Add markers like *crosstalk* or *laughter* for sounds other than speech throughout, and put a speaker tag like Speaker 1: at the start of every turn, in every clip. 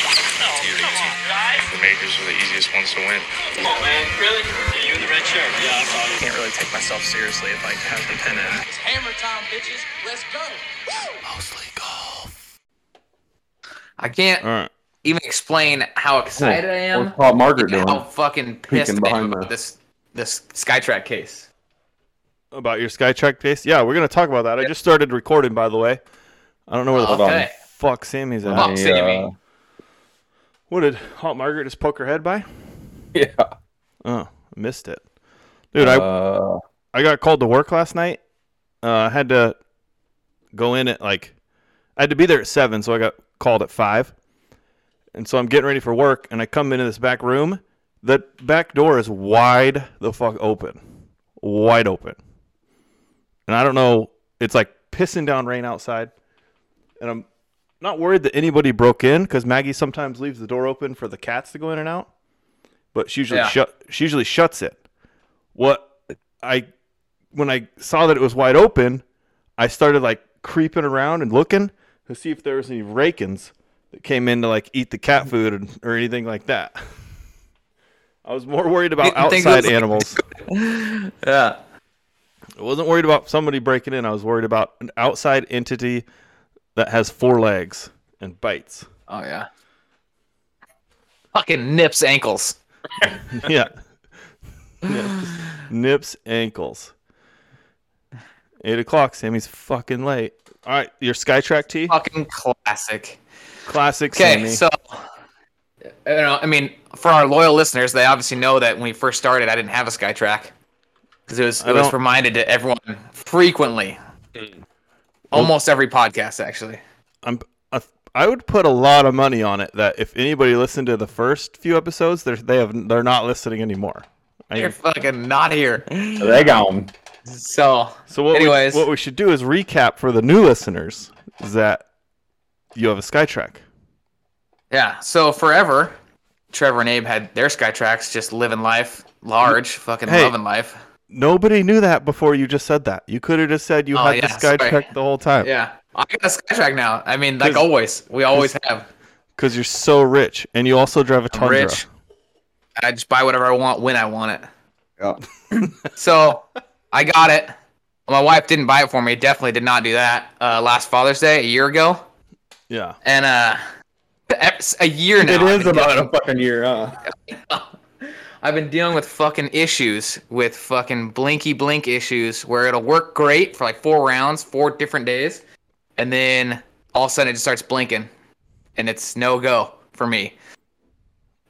Speaker 1: Easy, easy.
Speaker 2: guys.
Speaker 1: The majors are the easiest ones to win.
Speaker 2: Come on, man. Really? You in the red shirt? Yeah, I saw you.
Speaker 1: I can't really take myself seriously if I have the pen in.
Speaker 2: It's hammer time, bitches. Let's go.
Speaker 3: I can't
Speaker 4: All right.
Speaker 3: even explain how excited I am.
Speaker 4: What's Pop Margaret
Speaker 3: and
Speaker 4: doing?
Speaker 3: How fucking pissed I am
Speaker 4: behind
Speaker 3: about
Speaker 4: the-
Speaker 3: this this Skytrack case.
Speaker 4: About your Skytrack case? Yeah, we're gonna talk about that. I just started recording, by the way. I don't know where the
Speaker 3: Hold on.
Speaker 4: fuck Sammy's at.
Speaker 3: Fuck, Sammy.
Speaker 4: What did Hot Margaret just poke her head by?
Speaker 5: Yeah.
Speaker 4: Oh, missed it, dude. I
Speaker 5: Uh,
Speaker 4: I got called to work last night. Uh, I had to go in at like I had to be there at seven, so I got called at five. And so I'm getting ready for work, and I come into this back room. The back door is wide the fuck open, wide open. And I don't know. It's like pissing down rain outside, and I'm not worried that anybody broke in because Maggie sometimes leaves the door open for the cats to go in and out, but she usually
Speaker 3: Yeah.
Speaker 4: shut she usually shuts it. What I when I saw that it was wide open, I started like creeping around and looking to see if there was any rakins that came in to like eat the cat food and, or anything like that. I was more worried about
Speaker 3: Didn't think
Speaker 4: outside
Speaker 3: those-
Speaker 4: animals. uh,
Speaker 3: Yeah.
Speaker 4: I wasn't worried about somebody breaking in. I was worried about an outside entity that has four legs and bites. *laughs*
Speaker 3: Oh yeah. Fucking nips ankles.
Speaker 4: yeah. Nips, nips ankles. Eight o'clock. Sammy's fucking late. All right, your Skytrack T
Speaker 3: Fucking classic.
Speaker 4: classic.
Speaker 3: Okay,
Speaker 4: Sammy.
Speaker 3: so you know, I mean, for our loyal listeners, they obviously know that when we first started, I didn't have a Skytrack because it was
Speaker 4: I
Speaker 3: it was
Speaker 4: don't- Mm.
Speaker 3: reminded to everyone frequently, almost every podcast actually.
Speaker 4: I'm a, I would put a lot of money on it that if anybody listened to the first few episodes, they're they have they're not listening anymore. I-
Speaker 3: You're fucking not here.
Speaker 5: they gone.
Speaker 3: So,
Speaker 4: so what
Speaker 3: anyways,
Speaker 4: we, what we should do is recap for the new listeners is that you have a Skytrack.
Speaker 3: yeah. So forever, Trevor and Abe had their Skytracks, just living life large, fucking
Speaker 4: Hey.
Speaker 3: loving life.
Speaker 4: Nobody knew that before you just said that. You could have just said you
Speaker 3: Oh,
Speaker 4: had the
Speaker 3: yeah, sorry.
Speaker 4: Skytrack the whole time
Speaker 3: Yeah, I got a Skytrack now. I mean, like
Speaker 4: 'Cause-
Speaker 3: always, we always have.
Speaker 4: because you're so rich and you also drive a
Speaker 3: I'm
Speaker 4: Tundra.
Speaker 3: rich. I just buy whatever I want when I want it.
Speaker 5: Yeah.
Speaker 3: *laughs* So I got it. My wife didn't buy it for me. Definitely did not do that. Uh, last Father's Day a year ago,
Speaker 4: Yeah,
Speaker 3: and uh, *laughs* ep- a year now.
Speaker 5: It
Speaker 3: I've
Speaker 5: is
Speaker 3: been
Speaker 5: about
Speaker 3: dealing-
Speaker 5: a fucking year, huh?
Speaker 3: I've been dealing with fucking issues with fucking blinky blink issues where it'll work great for like four rounds, four different days, and then all of a sudden it just starts blinking, and it's no go for me.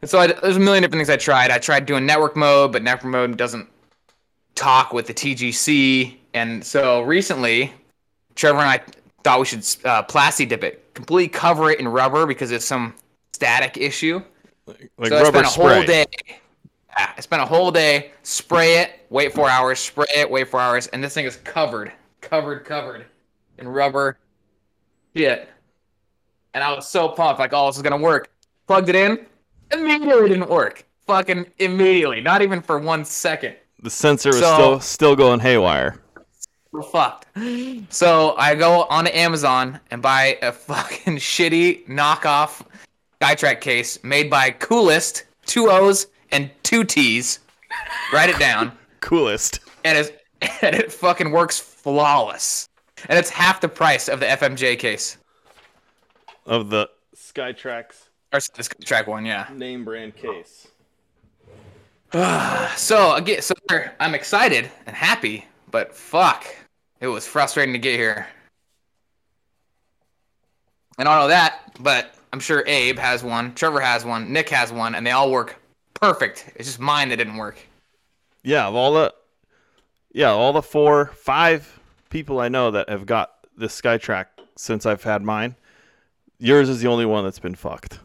Speaker 3: And so I, there's a million different things I tried. I tried doing network mode, but network mode doesn't talk with the TGC. And so recently, Trevor and I thought we should uh, plasti dip it, completely cover it in rubber because it's some static issue
Speaker 4: like
Speaker 3: so
Speaker 4: rubber
Speaker 3: I spent a
Speaker 4: spray.
Speaker 3: whole day. yeah, I spent a whole day spray it, wait four hours, spray it, wait four hours, and this thing is covered, covered, covered in rubber shit. And I was so pumped, like, oh, this is gonna work. Plugged it in, immediately didn't work. Fucking immediately, not even for one second.
Speaker 4: The sensor was
Speaker 3: So-
Speaker 4: still still going haywire.
Speaker 3: We're fucked. So I go onto Amazon and buy a fucking *laughs* shitty knockoff Skytrack case made by Coolest, two O's and two T's. Write it down.
Speaker 4: Coolest.
Speaker 3: And, it's, *laughs* and it fucking works flawless. And it's half the price of the FMJ case.
Speaker 4: of the Skytrax
Speaker 3: Or the Skytrack one, yeah.
Speaker 4: name brand case.
Speaker 3: So again, so I'm excited and happy, but fuck, it was frustrating to get here. And I don't know that, but I'm sure Abe has one, Trevor has one, Nick has one, and they all work perfect. It's just mine that didn't work.
Speaker 4: Yeah, of all the yeah, all the four, five people I know that have got this Skytrack since I've had mine. Yours is the only one that's been fucked.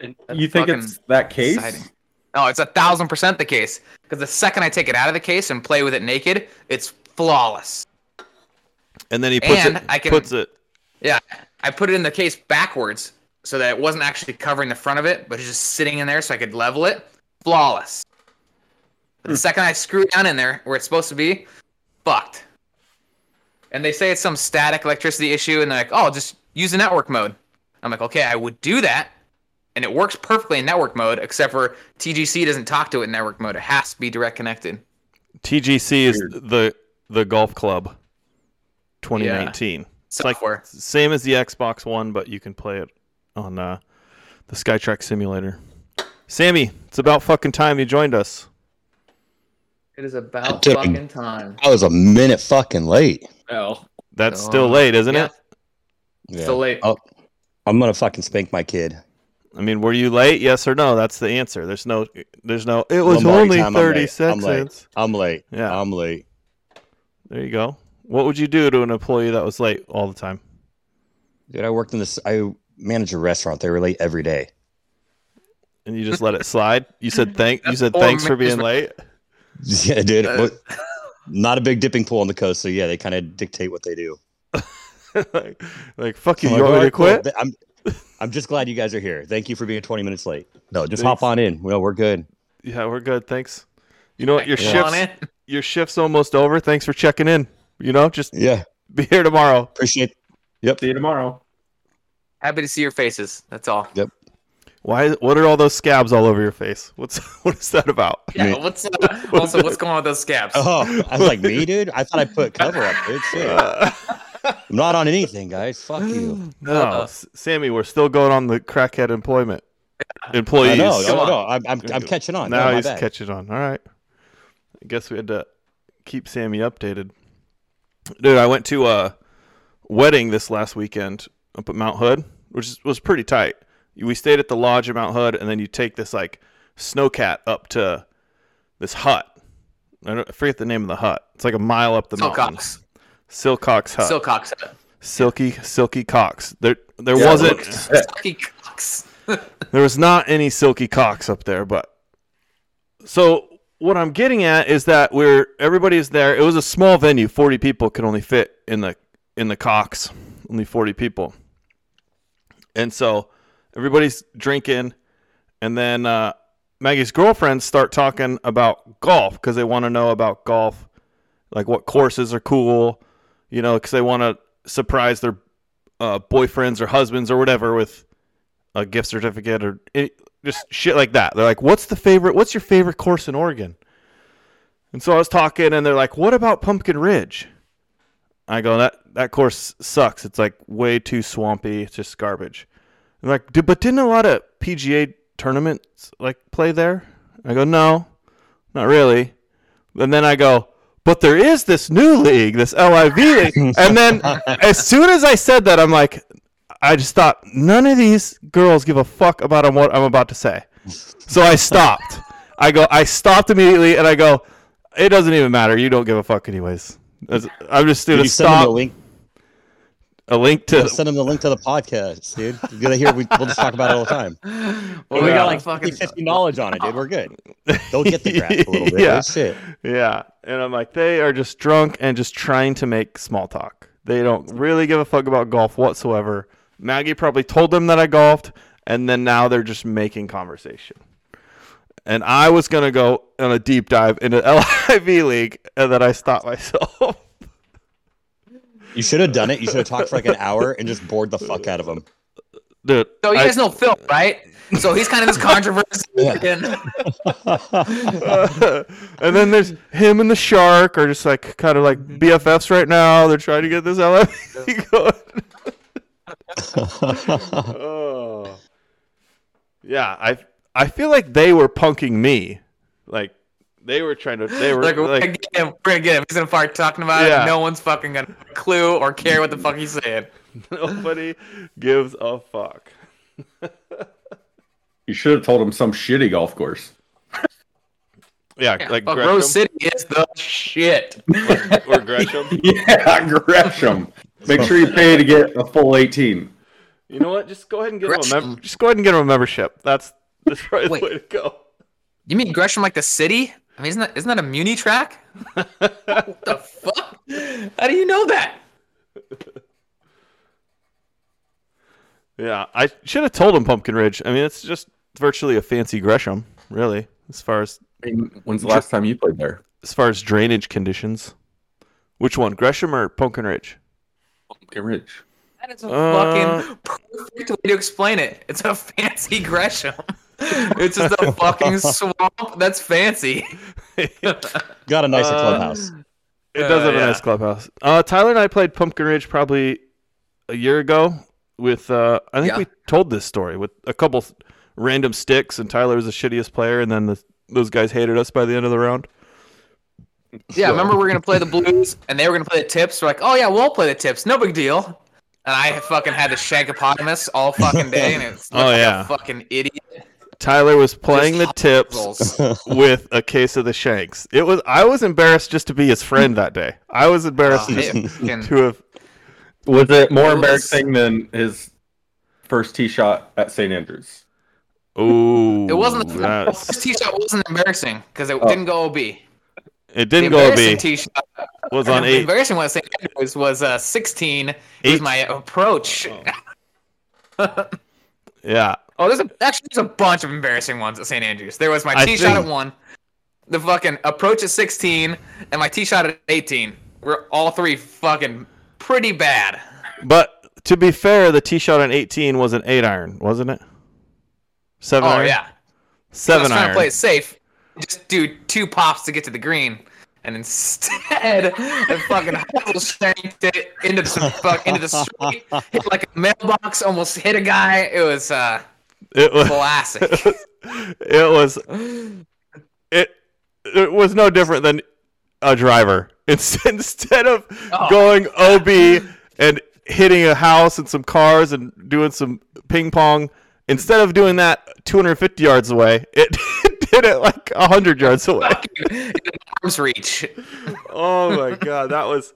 Speaker 5: You think
Speaker 3: fucking
Speaker 5: it's that case?
Speaker 3: Exciting. No, it's a thousand percent the case. Because the second I take it out of the case and play with it naked, it's flawless.
Speaker 4: And then he puts
Speaker 3: And
Speaker 4: it
Speaker 3: I can-
Speaker 4: puts it
Speaker 3: Yeah, I put it in the case backwards so that it wasn't actually covering the front of it, but it's just sitting in there so I could level it. Flawless. But the second I screw it down in there where it's supposed to be, fucked. And they say it's some static electricity issue, and they're like, "Oh, just use the network mode." I'm like, "Okay, I would do that, and it works perfectly in network mode, except for TGC doesn't talk to it in network mode. It has to be direct connected.
Speaker 4: TGC is
Speaker 5: Weird.
Speaker 4: the the golf club 2019. It's like
Speaker 3: Software.
Speaker 4: same as the Xbox One, but you can play it on uh, the Skytrack simulator. Sammy, it's about fucking time you joined us.
Speaker 3: It is about
Speaker 6: That took-
Speaker 3: fucking time.
Speaker 6: I was a minute fucking late.
Speaker 5: Oh.
Speaker 4: That's
Speaker 3: So,
Speaker 4: still
Speaker 3: uh,
Speaker 4: late, isn't
Speaker 3: yeah.
Speaker 4: it?
Speaker 6: Yeah.
Speaker 3: So late.
Speaker 6: Oh, I'm gonna fucking spank my kid.
Speaker 4: I mean, were you late? Yes or no? That's the answer. There's no there's no it was
Speaker 6: Lombardi
Speaker 4: only
Speaker 6: time, I'm late.
Speaker 4: 30
Speaker 6: I'm late.
Speaker 4: seconds. Um,
Speaker 6: I'm late.
Speaker 4: Yeah.
Speaker 6: I'm late.
Speaker 4: There you go. What would you do to an employee that was late all the time?
Speaker 6: Dude, I worked in this. I managed a restaurant. They were late every day. *laughs*
Speaker 4: And you just let it slide? You said thank you
Speaker 3: That's
Speaker 4: said
Speaker 3: poor
Speaker 4: thanks for being late?
Speaker 3: management.
Speaker 6: Yeah, dude.
Speaker 3: Uh,
Speaker 6: but not a big dipping pool on the coast, so yeah, they kind of dictate what they do.
Speaker 4: *laughs* like, like fuck you,
Speaker 6: I'm
Speaker 4: you want me
Speaker 6: like,
Speaker 4: to
Speaker 6: "Alright, cool.
Speaker 4: quit?
Speaker 6: Th- I'm, I'm just glad you guys are here. Thank you for being 20 minutes late. No, just
Speaker 4: Thanks.
Speaker 6: hop on in. Well, we're good.
Speaker 4: Yeah, we're good. Thanks. You know what? Your
Speaker 3: Come on
Speaker 4: shift's
Speaker 3: in.
Speaker 4: your shift's almost over. Thanks for checking in. You know, just
Speaker 6: Yeah,
Speaker 4: be here tomorrow.
Speaker 6: appreciate.
Speaker 5: See you tomorrow.
Speaker 3: Happy to see your faces. That's all.
Speaker 4: Why? What are all those scabs all over your face? What's *laughs* what is that about?
Speaker 3: Yeah.
Speaker 6: Me-
Speaker 3: What's uh, also what's going on with those scabs?
Speaker 6: Oh, *laughs* I was like me, dude. I thought I put cover up, dude.
Speaker 4: *laughs*
Speaker 6: Shit. I'm not on anything, guys.
Speaker 4: *gasps*
Speaker 6: Fuck you.
Speaker 4: No, Uh, S- Sammy, we're still going on the crackhead employment.
Speaker 6: *laughs* I
Speaker 4: Employees.
Speaker 6: know.
Speaker 3: Come
Speaker 6: No,
Speaker 3: on.
Speaker 6: no, I'm, I'm, I'm catching on.
Speaker 4: Now
Speaker 6: no, my
Speaker 4: he's
Speaker 6: bad.
Speaker 4: catching on. All right. I guess we had to keep Sammy updated. Dude, I went to a wedding this last weekend up at Mount Hood, which is- was pretty tight. We stayed at the lodge at Mount Hood, and then you take this like snowcat up to this hut. I, don't, I forget the name of the hut. It's like a mile up the mountain.
Speaker 3: Silcox.
Speaker 4: Silcox hut.
Speaker 3: Silcox.
Speaker 4: Silky, silky cocks. There, there
Speaker 5: Yeah,
Speaker 4: wasn't. *laughs*
Speaker 3: Silky Cox.
Speaker 4: There was not any silky cocks up there, but so what I'm getting at is that we're everybody's there. It was a small venue; forty people could only fit in the in the cocks, only forty people, and so everybody's drinking, and then uh, Maggie's girlfriends start talking about golf because they want to know about golf, like what courses are cool, you know, because they want to surprise their uh, boyfriends or husbands or whatever with a gift certificate or any, just shit like that. They're like, "What's the favorite? What's your favorite course in Oregon?" And so I was talking, and they're like, "What about Pumpkin Ridge?" I go, "That that course sucks. It's like way too swampy. It's just garbage." And they're like, "Dude, but didn't a lot of PGA tournaments like play there?" I go, "No, not really." And then I go, "But there is this new league, this LIV
Speaker 6: *laughs*
Speaker 4: league." and then as soon as I said that, I'm like, I just thought none of these girls give a fuck about what I'm about to say. So I stopped. I go. I stopped immediately, and I go. It doesn't even matter. You don't give a fuck, anyways. That's- I'm just
Speaker 6: Dude,
Speaker 4: gonna
Speaker 6: you send them
Speaker 4: stop.
Speaker 6: the link.
Speaker 4: A link to
Speaker 6: Send them the link to the podcast, dude. You're gonna hear. We, we'll just talk about it all
Speaker 4: *laughs*
Speaker 6: the time.
Speaker 3: Well, we got like
Speaker 6: 50,
Speaker 3: fucking
Speaker 6: 50 knowledge on it, dude. We're good. They'll get the crap a
Speaker 4: *laughs*
Speaker 6: little bit.
Speaker 4: Yeah.
Speaker 6: Oh, shit.
Speaker 4: Yeah. And I'm like, they are just drunk and just trying to make small talk. They don't really give a fuck about golf whatsoever. Maggie probably told them that I golfed, and then now they're just making conversation. And I was going to go on a deep dive into *laughs* LIV League, and then I stopped myself. *laughs*
Speaker 6: You should have done it. You should have talked for like an hour and just bored the fuck out of them.
Speaker 4: Dude.
Speaker 3: So you
Speaker 4: I-
Speaker 3: guys know Phil, right? So he's kind of
Speaker 4: *laughs*
Speaker 3: this controversy. and
Speaker 4: and then there's him and the shark are just like kind of like
Speaker 3: Mm-hmm.
Speaker 4: BFFs right now. They're trying to get this LFC *laughs* going. oh. Yeah, I I feel like they were punking me. Like they were trying to they were
Speaker 3: like,
Speaker 4: like, *laughs*
Speaker 3: we're gonna get him. We're gonna get him. He's gonna start talking about
Speaker 4: Yeah.
Speaker 3: it. No one's fucking gonna have a clue or care what the fuck he's saying.
Speaker 4: nobody gives a fuck.
Speaker 5: You should have told him some shitty golf course.
Speaker 4: Yeah,
Speaker 3: Yeah,
Speaker 4: like
Speaker 3: fuck,
Speaker 4: Gresham
Speaker 3: Rose City is the shit.
Speaker 4: or Gresham.
Speaker 5: *laughs* *laughs* Yeah, Gresham. Make sure you pay to get a full 18.
Speaker 4: you know what? Just go ahead and get him a mem-
Speaker 3: Gresham.
Speaker 4: just go ahead and get him a membership. That's *laughs* that's probably
Speaker 3: Wait.
Speaker 4: the way to go.
Speaker 3: You mean Gresham like the city? I mean, isn't that isn't that a Muni
Speaker 4: *laughs*
Speaker 3: track? what the fuck? How do you know that?
Speaker 4: Yeah, I should have told him Pumpkin Ridge. I mean, it's just virtually a fancy Gresham, really, as far as
Speaker 5: I mean, when's the last time you played there?
Speaker 4: as far as drainage conditions. Which one, Gresham or Pumpkin Ridge?
Speaker 5: Get rich.
Speaker 3: That is a
Speaker 4: Uh, *laughs*
Speaker 3: fucking perfect perfect way to explain it. It's a fancy Gresham. It's just a
Speaker 4: *laughs*
Speaker 3: fucking swamp that's fancy. *laughs*
Speaker 6: Got a nicer
Speaker 4: Uh,
Speaker 6: clubhouse.
Speaker 4: It does
Speaker 3: Uh,
Speaker 4: have a
Speaker 3: yeah.
Speaker 4: nice clubhouse. Uh, Tyler and I played Pumpkin Ridge probably a year ago with uh, I think
Speaker 3: Yeah.
Speaker 4: we told this story with a couple th- random sticks and Tyler was the shittiest player and then the, those guys hated us by the end of the round.
Speaker 3: Yeah, remember we were gonna play the blues and they were gonna play the tips. We're like, oh yeah, we'll play the tips, no big deal. And I fucking had the shankopotamus all fucking day, and it's
Speaker 4: *laughs* Oh, yeah.
Speaker 3: a fucking idiot.
Speaker 4: *laughs* Tyler was playing the tips
Speaker 3: Rolls.
Speaker 4: with a case of the shanks. It was I was embarrassed just to be his friend that day. I was embarrassed
Speaker 3: Oh,
Speaker 4: just
Speaker 3: it fucking-
Speaker 4: *laughs* to have
Speaker 5: Was it more
Speaker 3: Well, that's-
Speaker 5: embarrassing than his first tee shot at St. Andrews?
Speaker 4: Ooh.
Speaker 3: It wasn't the well,
Speaker 4: that's-
Speaker 3: first tee shot wasn't embarrassing because it
Speaker 5: Oh.
Speaker 3: didn't go OB.
Speaker 4: It
Speaker 3: The
Speaker 4: didn't go a
Speaker 3: embarrassing
Speaker 4: B.
Speaker 3: tee shot.
Speaker 4: Was on
Speaker 3: The
Speaker 4: eight.
Speaker 3: embarrassing one at St. Andrews was uh, 16. It was
Speaker 4: Eight. Oh.
Speaker 3: my approach.
Speaker 4: Yeah.
Speaker 3: Oh, there's a, actually there's a bunch of embarrassing ones at St. Andrews. There was my
Speaker 4: I
Speaker 3: tee shot
Speaker 4: think-
Speaker 3: at one, the fucking approach at 16, and my tee shot at 18. We're all three fucking pretty bad.
Speaker 4: But to be fair, the tee shot on 18 was an eight iron, wasn't it? Seven
Speaker 3: Oh
Speaker 4: iron.
Speaker 3: yeah, I was
Speaker 4: Seven
Speaker 3: trying
Speaker 4: iron.
Speaker 3: to play it safe, just do two pops to get to the green, and instead *laughs* I fucking hustle shanked it into
Speaker 4: *laughs*
Speaker 3: the fuck into the street, hit like a mailbox, almost hit a guy. It was uh,
Speaker 4: It was. *laughs*
Speaker 3: classic.
Speaker 4: It was. It. It was no different than a driver. *laughs* It's, instead of
Speaker 3: Oh.
Speaker 4: going OB and hitting a house and some cars and doing some ping pong, instead of doing that 250 yards away, it, *laughs* did it like 100 yards away.
Speaker 3: Arms reach.
Speaker 4: Oh my god, that was,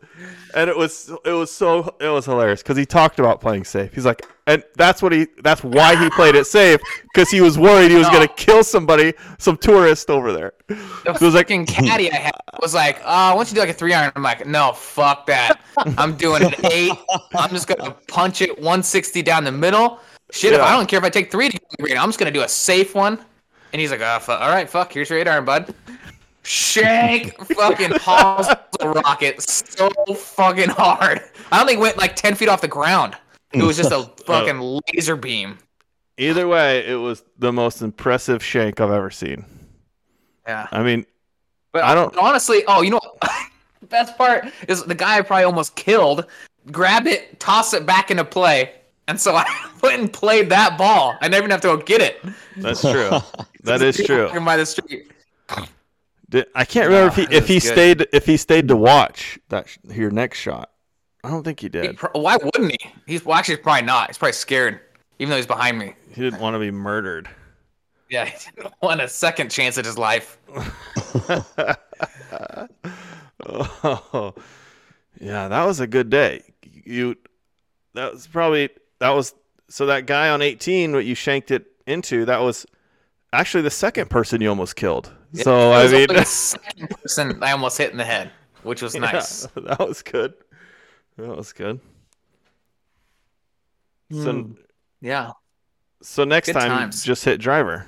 Speaker 4: and it was it was so it was hilarious because he talked about playing safe. He's like, and that's what he that's why he played it safe because he was worried he was gonna kill somebody, some tourist over there.
Speaker 3: The
Speaker 4: was like- *clears throat*
Speaker 3: fucking caddy I had was like, uh, once you do like a three iron, I'm like, no, fuck that. I'm doing an eight. I'm just gonna punch it 160 down the middle. Shit, if
Speaker 4: Yeah.
Speaker 3: I don't care if I take three to get the green, I'm just gonna do a safe one. And he's like, uh, fu- all right, fuck, here's your eight iron, bud. Shank fucking hauls the rocket so fucking hard. I only went like 10 feet off the ground. It was
Speaker 4: *laughs*
Speaker 3: just
Speaker 4: Oh.
Speaker 3: a fucking laser beam.
Speaker 4: Either way, it was the most impressive shank I've ever seen.
Speaker 3: Yeah.
Speaker 4: I mean,
Speaker 3: But *laughs*
Speaker 4: I don't-
Speaker 3: honestly. Oh, you know, what? *laughs* the best part is the guy I probably almost killed grabbed it, tossed it back into play, and so *laughs* I went and played that ball. I didn't even have to go get it.
Speaker 4: that's true. that is
Speaker 3: *laughs*
Speaker 4: true.
Speaker 3: Walking By the street.
Speaker 4: Did, I can't remember
Speaker 3: Yeah,
Speaker 4: if he if
Speaker 3: it
Speaker 4: he
Speaker 3: was good.
Speaker 4: stayed if he stayed to watch that sh- your next shot. I don't think he
Speaker 3: He
Speaker 4: did.
Speaker 3: pro- why wouldn't he? He's well, actually probably not. He's probably scared, even though he's behind me.
Speaker 4: He didn't want to be murdered.
Speaker 3: Yeah, *laughs* he didn't want a second chance at his life.
Speaker 4: Oh, *laughs* yeah, that was a good day. You, that was probably that was so that guy on eighteen, what you shanked it into, that was actually the second person you almost killed. so
Speaker 3: It
Speaker 4: I
Speaker 3: was
Speaker 4: mean,
Speaker 3: only
Speaker 4: *laughs*
Speaker 3: the second person I almost hit in the head, which was
Speaker 4: yeah,
Speaker 3: nice.
Speaker 4: that was good. That was good. So,
Speaker 3: Yeah.
Speaker 4: so next
Speaker 3: Hmm. Good
Speaker 4: time,
Speaker 3: times.
Speaker 4: just hit driver.